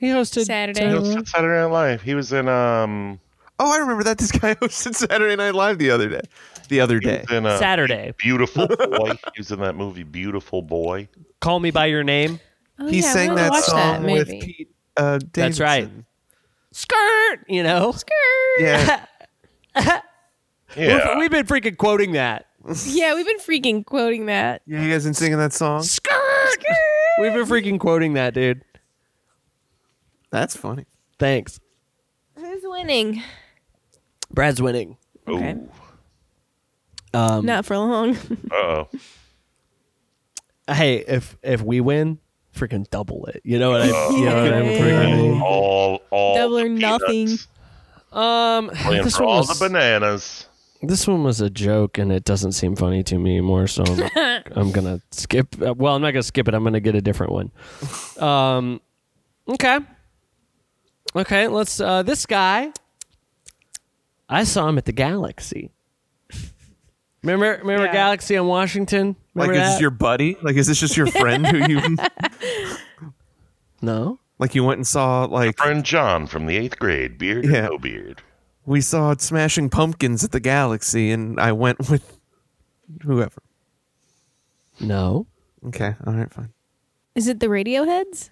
S1: He hosted
S3: Saturday.
S4: He
S1: uh,
S4: was on Saturday Night Live. He was in um.
S2: Oh, I remember that. This guy hosted Saturday Night Live the other day. The other
S4: He
S2: day.
S4: was in uh,
S1: Saturday.
S4: Beautiful Boy. he was in that movie Beautiful Boy.
S1: Call me by your name.
S3: Oh,
S2: he
S3: yeah, I
S2: sang
S3: wanna
S2: that
S3: watch
S2: song
S3: that,
S2: with
S3: maybe.
S2: Pete uh, Davidson.
S1: That's right. Skirt. You know.
S2: Yeah.
S4: Yeah.
S1: We've, we've been freaking quoting that.
S3: Yeah, we've been freaking quoting that.
S2: yeah, you guys been singing that song?
S1: We've been freaking quoting that, dude.
S2: That's funny.
S1: Thanks.
S3: Who's winning?
S1: Brad's winning.
S3: Okay.
S1: Um,
S3: Not for long.
S4: Uh oh.
S1: Hey, if if we win, freaking double it. You know what I? You know what I'm freaking.
S4: All all
S3: Double
S4: the
S3: or nothing.
S4: peanuts.
S1: Um,
S4: Playing
S1: this
S4: for
S1: one
S4: all
S1: was,
S4: the bananas.
S1: This one was a joke, and it doesn't seem funny to me anymore. So I'm, I'm gonna skip. uh, Well, I'm not gonna skip it. I'm gonna get a different one. Um, okay, okay. Let's. Uh, this guy, I saw him at the Galaxy. Remember, remember
S3: Yeah.
S1: Galaxy on Washington. Remember
S2: like, is
S1: that?
S2: this your buddy? Like, is this just your friend who you
S1: no.
S2: like? You went and saw like
S4: Friend John from the eighth grade, beard
S2: Yeah.
S4: or no beard.
S2: we saw Smashing Pumpkins at the Galaxy, and I went with whoever.
S1: No.
S2: Okay, all right, fine.
S3: Is it the Radioheads?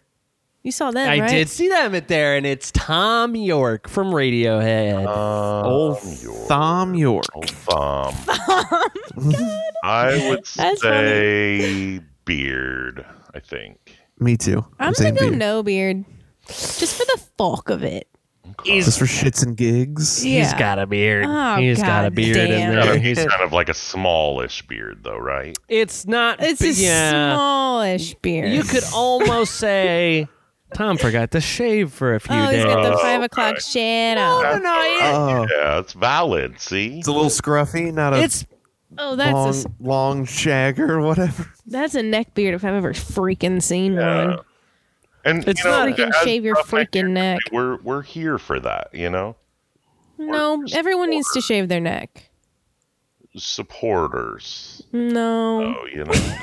S3: You saw them,
S1: I
S3: right?
S1: did see them at there, and it's Tom York from Radiohead.
S3: Oh.
S2: Old Thom York.
S4: Um, Thumb. I would
S3: Oh, That's
S4: say beard. I think.
S2: Me too.
S3: I'm gonna
S2: saying
S3: go
S2: beer.
S3: no beard, just for the bulk of it.
S2: Just for shits and gigs.
S1: He's
S3: yeah.
S1: got a beard.
S3: Oh,
S1: He's got a
S3: God
S1: beard in
S3: damn.
S1: there.
S4: He's kind of like a smallish beard, though, right?
S1: It's not.
S3: It's a
S1: yeah.
S3: smallish beard. Oh,
S1: You could almost say Tom forgot to shave for a few
S3: Oh, he's
S1: days.
S3: got the
S4: Oh,
S3: five o'clock shadow.
S1: no, no, it-
S2: Oh,
S4: Yeah, it's valid. See,
S2: it's a little scruffy, not a
S1: it's
S3: Oh, that's a,
S2: long,
S3: s-
S2: long shagger or whatever.
S3: that's a neck beard if I've ever freaking seen one.
S4: and
S1: It's
S4: you know,
S1: not-
S3: Freaking
S4: as
S3: shave your
S4: roughneck
S3: freaking neck.
S4: We're we're here for that, you know.
S3: No, everyone needs to shave their neck.
S4: Supporters.
S3: No.
S4: Oh, you know.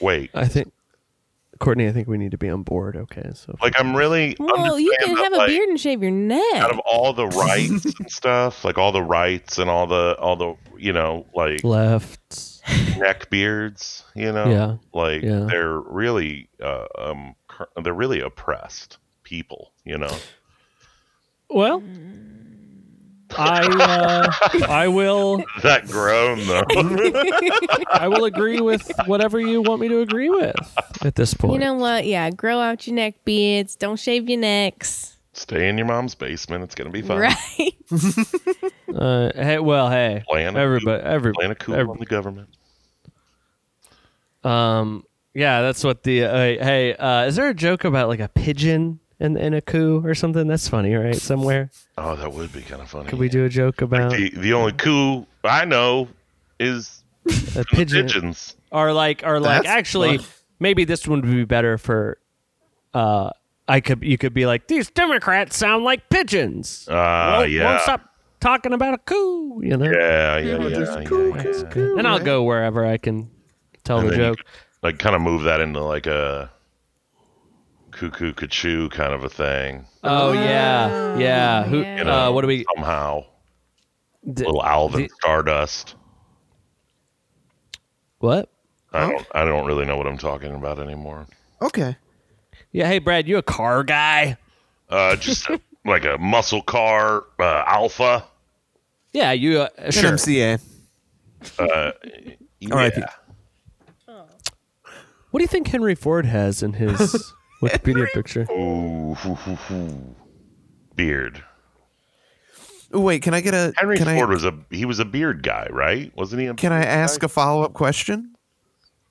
S4: Wait,
S1: I think Courtney. I think we need to be on board. Okay, so
S4: like I'm really.
S3: Well, you
S4: understand
S3: can
S4: that,
S3: have a
S4: like,
S3: beard and shave your
S4: out
S3: neck.
S4: of all the rights and stuff, like all the rights and all the all the you know like
S1: left.
S4: neck beards, you know,
S1: Yeah.
S4: like
S1: Yeah.
S4: they're really uh, um cur- they're really oppressed people, you know.
S1: Well, I uh, I will
S4: That groan though.
S1: I will agree with whatever you want me to agree with at this point.
S3: You know what? Yeah, grow out your neck beards. Don't shave your necks.
S4: Stay in your mom's basement. It's gonna be fun.
S3: Right?
S1: Uh, hey, well, hey,
S4: Plan a coup-
S1: everybody, every,
S4: Playing a coup
S1: every-
S4: on the government.
S1: um, yeah, that's what the uh, hey, uh, is there a joke about like a pigeon and in a coup or something? That's funny, right? Somewhere
S4: Oh, that would be kind of funny.
S1: could we do a joke about
S4: the the only coup I know is
S1: a
S4: the
S1: pigeon?
S4: pigeons.
S1: Or like, or like,
S2: That's
S1: actually,
S2: fun.
S1: maybe this one would be better for. Uh, I could you could be like these Democrats sound like pigeons.
S4: Ah,
S1: won't,
S4: yeah.
S1: won't stop talking about a coup, you know.
S4: Yeah, yeah, yeah. yeah, yeah.
S1: And I'll go wherever I can tell
S4: And
S1: the
S4: then you
S1: joke.
S4: could, like kind of move that into like a cuckoo cuckoo kind of a thing
S1: Oh yeah, yeah. Who?
S3: yeah.
S1: Uh, what do we?
S4: somehow.
S1: d-
S4: Little Alvin
S1: the-
S4: Stardust.
S1: what?
S4: I don't I don't really know what I'm talking about anymore.
S2: Okay.
S1: Yeah. Hey, Brad, you a car guy?
S4: Uh, just a- like a muscle car uh, alpha.
S1: Yeah, you uh,
S2: An
S1: sure.
S2: MCA.
S4: Yeah.
S2: R.I.P.
S1: What do you think Henry Ford has in his Wikipedia picture?
S4: Ooh, hoo, hoo, hoo. beard.
S2: Ooh, Oh, wait, can I get a
S4: Henry
S2: can
S4: Ford
S2: I
S4: was a he was a beard guy, right? Wasn't he? A
S2: can I ask a follow up question?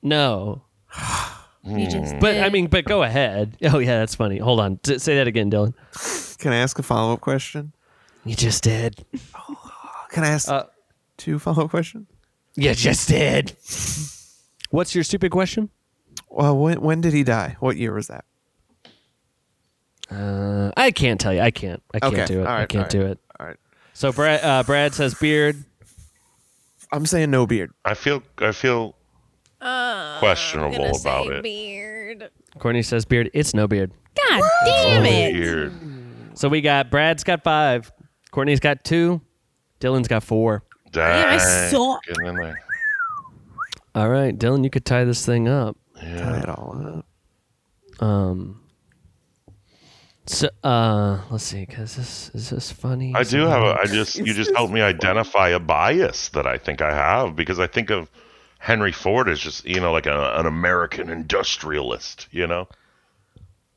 S1: No,
S4: Hmm,
S3: You just
S1: but I
S2: Eh.
S3: did.
S1: mean, but go ahead. Oh yeah, that's funny. Hold on, D- say that again, Dylan.
S2: Can I ask a follow up question?
S1: You just did.
S2: Can I ask
S1: Uh,
S2: two follow up questions?
S1: You just did. What's your stupid question?
S2: Well, when when did he die? What year was that?
S1: Uh, I can't tell you. I can't. I can't
S2: Okay,
S1: do it.
S2: all
S1: I
S2: right,
S1: can't
S2: all right.
S1: do it.
S2: All right.
S1: So Brad, uh, Brad says beard.
S2: I'm saying no beard.
S4: I feel I feel questionable about it.
S3: beard.
S1: Courtney says beard. It's no beard.
S3: God damn it.
S4: Beard.
S1: So we got Brad's got five, Courtney's got two, Dylan's got four.
S4: Dang.
S3: I suck.
S4: Getting in there.
S1: All right, Dylan, you could tie this thing up.
S2: Tie it all up.
S1: Um, so uh, let's see, because this is this funny.
S4: I do have a. I just you just helped me identify a bias that I think I have because I think of Henry Ford as just you know like a, an American industrialist, you know,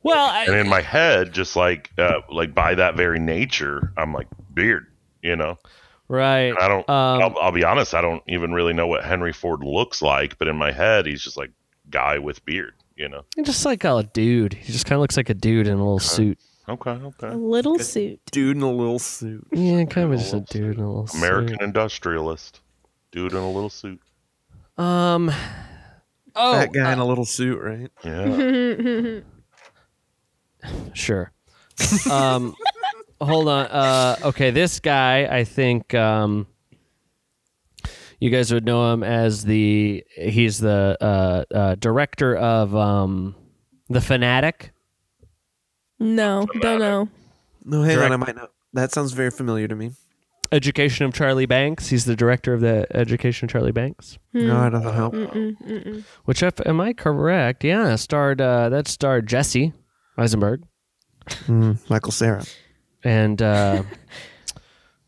S1: well,
S4: and
S1: I,
S4: in my head, just like uh, like by that very nature, I'm like beard, you know.
S1: right.
S4: And I don't.
S1: Um,
S4: I'll, I'll be honest. I don't even really know what Henry Ford looks like, but in my head, he's just like guy with beard, you know. Uh-huh.
S1: He's just like a dude. He just kind of looks like a dude in a little suit.
S4: Okay,
S3: A
S4: okay.
S3: little suit.
S2: Dude in a little suit.
S1: Yeah, kind of just a dude in a little
S4: American industrialist. Dude in a little suit.
S1: suit. Um. Oh,
S2: that guy in a little suit, right?
S4: Yeah.
S1: Sure. Um, hold on. Uh, okay, this guy, I think um, you guys would know him as the he's the uh, uh, director of um, the Fanatic.
S3: No, don't know.
S2: No, hang on, I might not. That sounds very familiar to me.
S1: Education of Charlie Banks. He's the director of the Education of Charlie Banks.
S2: No, it doesn't help.
S1: Which, if am I correct? Yeah, starred uh, that starred Jesse Eisenberg
S2: Mm, Michael Sarah.
S1: and uh,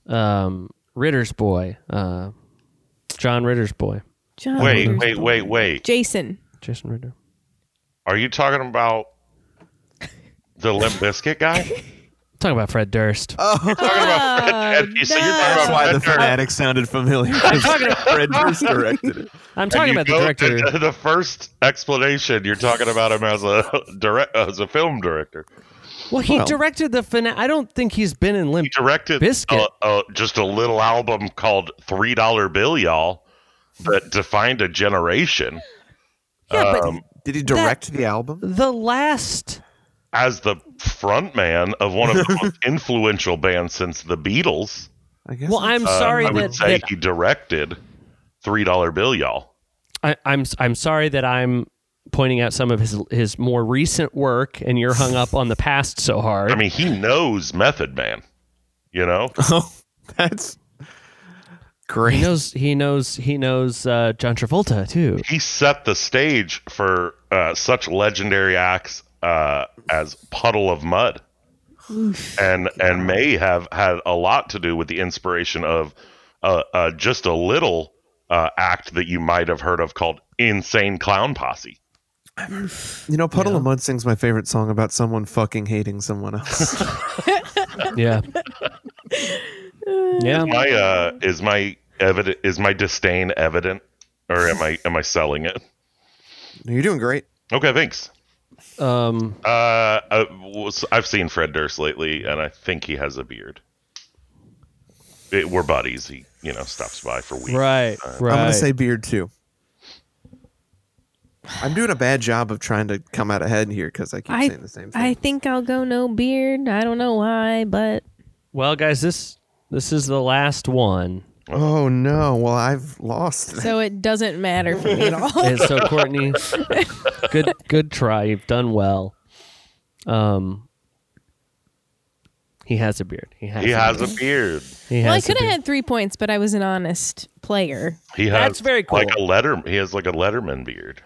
S1: um, Ritter's boy, uh, John Ritter's boy,
S3: John
S4: wait,
S3: Ritter's
S4: wait,
S3: boy.
S4: wait, wait.
S3: Jason.
S1: Jason Ritter.
S4: Are you talking about the Limp Biscuit guy?
S1: Talking about Fred Durst.
S4: Uh, talking about Fred Durst. You said you're talking
S2: That's
S4: about
S2: why
S4: Fred
S2: the
S4: Durst.
S2: fanatic sounded familiar. Fred Durst directed it.
S1: I'm
S4: And
S1: talking
S4: you
S1: about the
S4: go-
S1: director.
S4: The, first explanation, you're talking about him as a direct, as a film director.
S1: well, he
S2: Well.
S1: directed the finale. I don't think he's been in
S4: He
S1: Limp.
S4: directed
S1: Biscuit.
S4: A, a, just a little album called Three Dollar Bill, y'all, that defined a generation
S1: Yeah, but
S4: um,
S2: Did he direct the album?
S1: the last.
S4: as the front man of one of the most influential bands since the Beatles.
S2: I guess.
S1: Well, I'm
S4: Um,
S1: sorry
S4: I would
S1: that,
S4: say
S1: that
S4: he directed Three Dollar Bill, y'all.
S1: I, I'm I'm sorry that I'm pointing out some of his his more recent work, and you're hung up on the past so hard.
S4: I mean, he knows Method Man. You know,
S2: oh, that's
S1: he
S2: great.
S1: knows he knows he knows uh, John Travolta too.
S4: he set the stage for uh, such legendary acts uh, as Puddle of Mud, and and may have had a lot to do with the inspiration of uh, uh, just a little uh, act that you might have heard of called Insane Clown Posse.
S2: You know, Puddle of Mud sings my favorite song about someone fucking hating someone else.
S1: Yeah. yeah.
S4: My uh, is my evident is my disdain evident, or am I am I selling it?
S2: You're doing great.
S4: Okay, thanks.
S1: Um.
S4: Uh, uh, was- I've seen Fred Durst lately, and I think he has a beard. It, we're buddies. He, you know, stops by for weeks.
S1: Right. Right.
S2: I'm gonna say beard too. I'm doing a bad job of trying to come out ahead here because I keep
S3: I
S2: saying the same thing.
S3: I think I'll go no beard. I don't know why, but
S1: Well, guys, this this is the last one.
S2: oh no! Well, I've lost.
S3: so it doesn't matter for me at all.
S1: And so Courtney, good good try. You've done well. Um, he has a beard. He has.
S4: He
S1: a
S4: has
S1: beard.
S4: a beard.
S1: He
S3: Well, I
S1: has a
S3: could have
S1: beard.
S3: had three points, but I was an honest player.
S4: He has
S1: That's very cool.
S4: Like a letter. He has like a Letterman beard.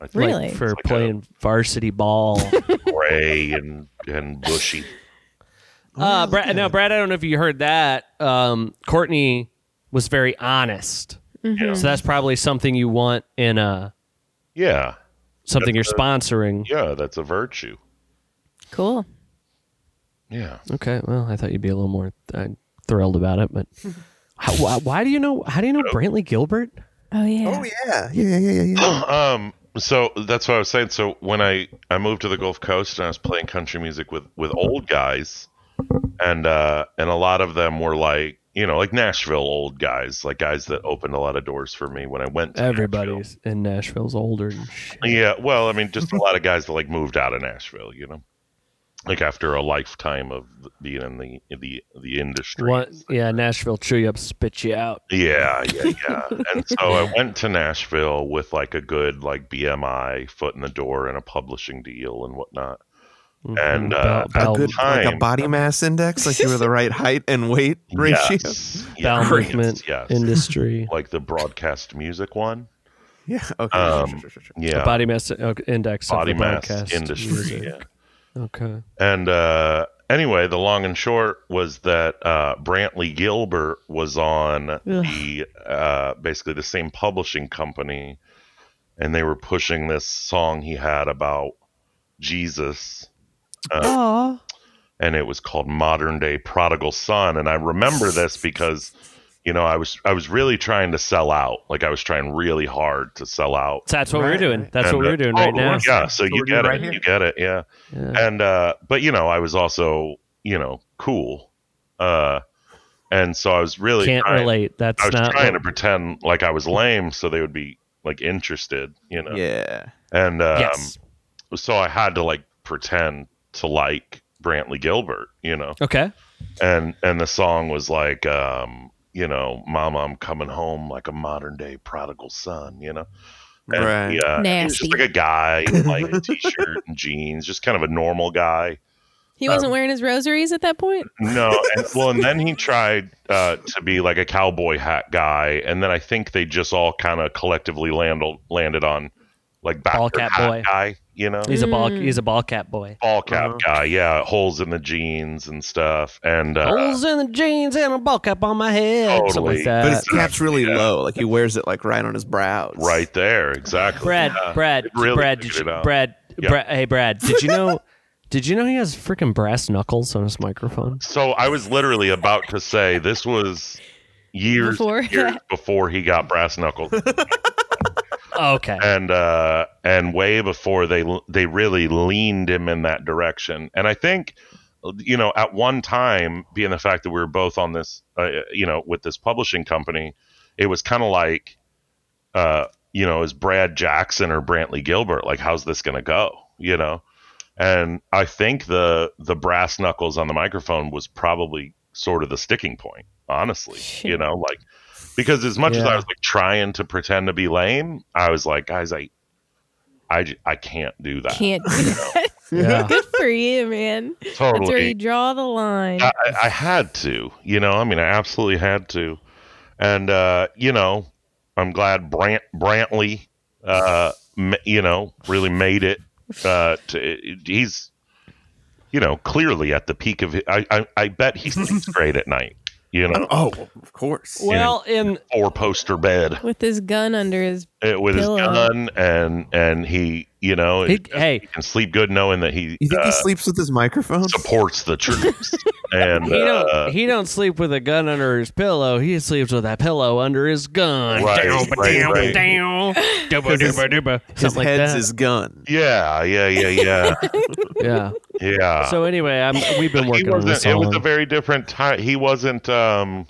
S4: I think
S1: Like,
S3: Really?
S1: for
S4: Like a-
S1: playing varsity ball.
S4: gray and and bushy.
S1: uh, Brad, now, Brad, I don't know if you heard that. Um, Courtney was very honest,
S3: Mm-hmm.
S4: Yeah.
S1: so that's probably something you want in a
S4: yeah,
S1: something you're sponsoring.
S4: yeah, that's a virtue.
S3: Cool.
S4: Yeah,
S1: Okay. Well, I thought you'd be a little more uh, thrilled about it, but how, why, why do you know? How do you know Brantley Gilbert?
S3: Oh yeah.
S2: Oh yeah, yeah, yeah, yeah, yeah.
S4: um so that's what i was saying so when i i moved to the gulf coast and i was playing country music with with old guys and uh and a lot of them were like you know like nashville old guys like guys that opened a lot of doors for me when i went to Nashville.
S1: Everybody's in Nashville's older and shit.
S4: yeah well i mean just a lot of guys that like moved out of nashville you know like after a lifetime of being in the in the the industry
S1: What? Yeah, Nashville chew you up, spit you out.
S4: Yeah, yeah, yeah. and so I went to Nashville with like a good like BMI foot in the door and a publishing deal and whatnot.
S1: Mm-hmm.
S4: And uh,
S1: Bal-
S4: at
S1: bal-
S4: the
S2: Good, like a
S4: time,
S2: body mass index, like you were the right height and weight ratio.
S4: yes,
S1: Bowel
S4: yes,
S1: movement
S4: yes,
S1: industry.
S4: like the broadcast music one.
S2: Yeah. Okay.
S4: Um,
S2: sure, sure, sure, sure.
S4: Yeah,
S1: Body mass uh, index. of
S4: body
S1: the
S4: mass
S1: broadcast
S4: industry.
S1: music.
S4: Yeah.
S1: Okay.
S4: And uh, anyway, the long and short was that uh, Brantley Gilbert was on the uh, basically the same publishing company, and they were pushing this song he had about Jesus. Uh, and it was called Modern Day Prodigal Son. And I remember this because you know, I was I was really trying to sell out. Like I was trying really hard to sell out.
S1: So that's what we're
S2: Right,
S1: doing.
S2: right.
S1: That's
S4: And,
S1: what we're
S4: uh,
S1: doing
S4: oh,
S1: right now.
S4: Yeah, so,
S6: what
S4: you
S6: we're
S4: get
S6: doing
S4: it.
S6: right here.
S4: You get it. Yeah.
S1: Yeah.
S4: And uh but you know, I was also, you know, cool. Uh and so I was really
S1: Can't
S4: trying,
S1: relate. That's
S4: I was
S1: not.
S4: trying
S1: what-
S4: to pretend like I was lame so they would be like interested, you know.
S2: Yeah.
S4: And um
S1: yes.
S4: so I had to like pretend to like Brantley Gilbert, you know.
S1: Okay.
S4: and and the song was like um you know mama i'm coming home like a modern day prodigal son you know and
S2: Right.
S4: yeah he was
S3: Nasty.
S4: just like a guy in like a t-shirt and jeans just kind of a normal guy
S3: He wasn't
S1: Uh,
S3: wearing his rosaries at that point.
S4: no and, well and then he tried uh to be like a cowboy hat guy and then i think they just all kind of collectively landed landed on like
S1: Ball
S4: backward
S1: cap
S4: hat
S1: boy.
S4: guy you know
S1: He's a ball.
S3: Mm.
S1: He's a ball cap boy.
S4: ball cap
S2: Uh-huh.
S4: guy yeah holes in the jeans and stuff and uh,
S1: Holes in the jeans and a ball cap on my head. Something
S4: Totally.
S1: like
S2: But
S1: that.
S2: his cap's really low. Like he wears it like right on his brows.
S4: right there exactly
S1: Brad,
S4: Yeah.
S1: Brad,
S4: It really
S1: Brad,
S4: figured
S1: did you,
S4: it out.
S1: Brad,
S4: Yeah.
S1: Brad, hey Brad, did you know? did you know he has freaking brass knuckles on his microphone?
S4: So I was literally about to say this was years
S3: Before
S4: before, years
S3: that.
S4: before he got brass knuckled,
S1: Okay.
S4: and uh, and way before they they really leaned him in that direction. And I think, you know, at one time, being the fact that we were both on this, uh, you know, with this publishing company, it was kind of like, uh, you know, is Brad Jackson or Brantley Gilbert? Like, how's this gonna go? You know. And I think the the brass knuckles on the microphone was probably sort of the sticking point, honestly. You know, like because as much as I
S1: Yeah.
S4: was like trying to pretend to be lame, I was like, guys, I I, j- I can't do
S1: uh,
S4: that.
S3: Can't do that.
S1: Yeah.
S3: Good for you, man. That's where you
S4: totally.
S3: draw the line.
S1: Uh,
S4: I, I- I had to, you know, I mean, I absolutely had to. And uh, you know, I'm glad Brant Brantley uh m- you know, really made it uh to, he's you know, clearly at the peak of hi- I I, I bet he sleeps great at night, you know,
S2: Oh, of course.
S1: Well, in
S4: four poster bed.
S3: With his gun under his
S4: uh, with
S3: Pillow.
S4: his gun and and he you know
S1: he,
S4: he,
S1: hey,
S4: can sleep good knowing that he,
S2: you think
S4: uh,
S2: he sleeps with his microphone?
S4: supports the troops and
S1: he
S4: uh,
S1: don't he don't sleep with a gun under his pillow. He sleeps with that pillow under his gun.
S4: Right,
S5: down,
S4: right,
S5: down,
S4: right.
S5: down. Dubba,
S2: His-
S5: dubba, dubba.
S2: His
S1: Something like
S2: head's
S1: that.
S2: his gun.
S4: yeah yeah yeah yeah
S1: yeah.
S4: yeah
S1: So anyway, I'm, we've been
S4: he
S1: working on this
S4: wasn't it was
S1: song.
S4: a very different time he wasn't um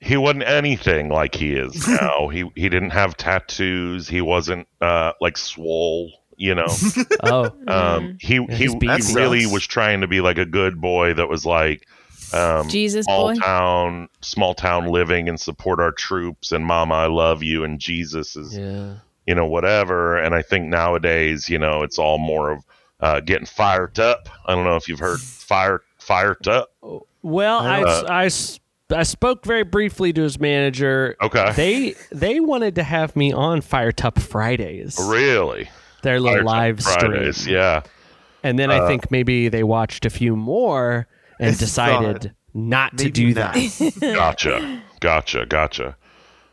S4: he wasn't anything like he is now he he didn't have tattoos he wasn't uh like swole you know
S1: oh,
S4: um he he,
S1: his beard
S4: he really
S2: sucks.
S4: was trying to be like a good boy that was like um
S3: Jesus
S4: small
S3: boy.
S4: town small town living and support our troops and mama i love you and jesus is
S1: yeah.
S4: you know whatever and i think nowadays you know it's all more of uh, getting fired up i don't know if you've heard fire fired up
S1: Well, I,
S4: Uh,
S1: I s- I spoke very briefly to his manager.
S4: Okay.
S1: They they wanted to have me on Fire Tup Fridays.
S4: really
S1: Their
S4: Fire
S1: little
S4: Tup
S1: live stream.
S4: Fridays, yeah Uh,
S1: And then I think maybe they watched a few more and
S2: It's
S1: decided not to do that.
S4: gotcha gotcha gotcha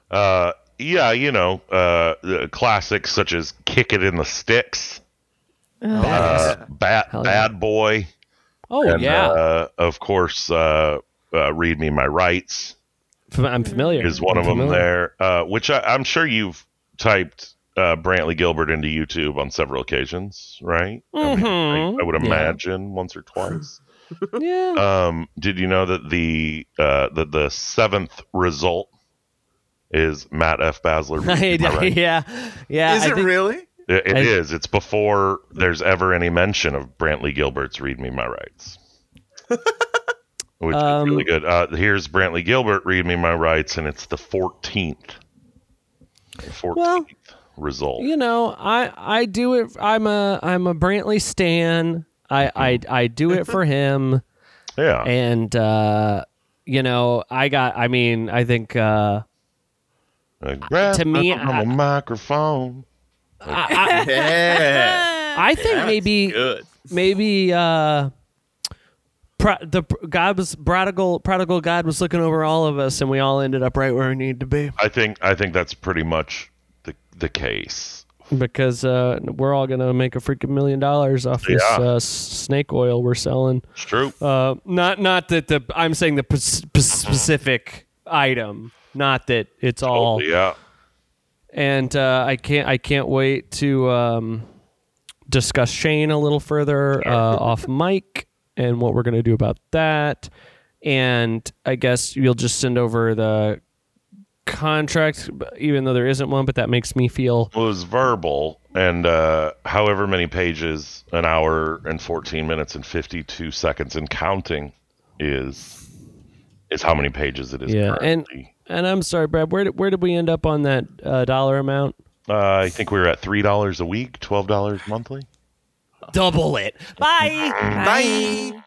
S4: uh yeah you know uh the classics such as kick it in the sticks uh, bat,
S1: Hell yeah.
S4: bad boy
S1: Oh
S4: and
S1: yeah,
S4: uh, of course uh, uh, read me my rights
S1: F- I'm familiar.
S4: is one
S1: I'm
S4: of them
S1: familiar.
S4: there uh, which I, i'm sure you've typed uh, brantley gilbert into youtube on several occasions right I, mean, I- I would
S1: Mhm. Yeah.
S4: imagine once or twice
S1: Yeah.
S4: um, did you know that the uh, that the seventh result is matt f basler Read Me My Rights?
S1: yeah, yeah.
S2: Is
S1: I
S2: it
S1: think-
S2: really?
S4: It- it
S1: I-
S4: is it's before there's ever any mention of brantley gilbert's read me my rights which
S1: Um,
S4: is really good uh, here's brantley gilbert read me my rights and it's the 14th 14th
S1: Well,
S4: result
S1: You know, I I do it. I'm a I'm a Brantley stan. I I
S4: Hmm.
S1: I do it for him.
S4: yeah
S1: And uh, you know, I got. I mean, I think uh,
S4: Like, Uh, grab
S1: to me,
S4: on
S1: I-
S4: a microphone
S1: I,
S2: Yeah.
S1: I, I think maybe
S2: Good.
S1: maybe uh pro- the pr- god was prodigal prodigal god was looking over all of us and we all ended up right where we need to be
S4: i think i think that's pretty much the the case
S1: because uh we're all gonna make a freaking million dollars off this
S4: Yeah.
S1: uh, s- snake oil we're selling
S4: it's true
S1: uh not not that the i'm saying the p- specific item. Not that it's all.
S4: Yeah.
S1: And uh, I can't. I can't wait to um, discuss Shane a little further uh, off mic and what we're gonna do about that. And I guess you'll just send over the contract, even though there isn't one. But that makes me feel.
S4: was verbal and uh, however many pages an hour and 14 minutes and 52 seconds and counting is is how many pages it is
S1: Yeah, and-
S4: currently.
S1: And I'm sorry, Brad. Where did, where did we end up on that uh, dollar amount?
S4: uh, i think we were at three dollars a week twelve dollars monthly
S1: Double it. Bye.
S3: Bye.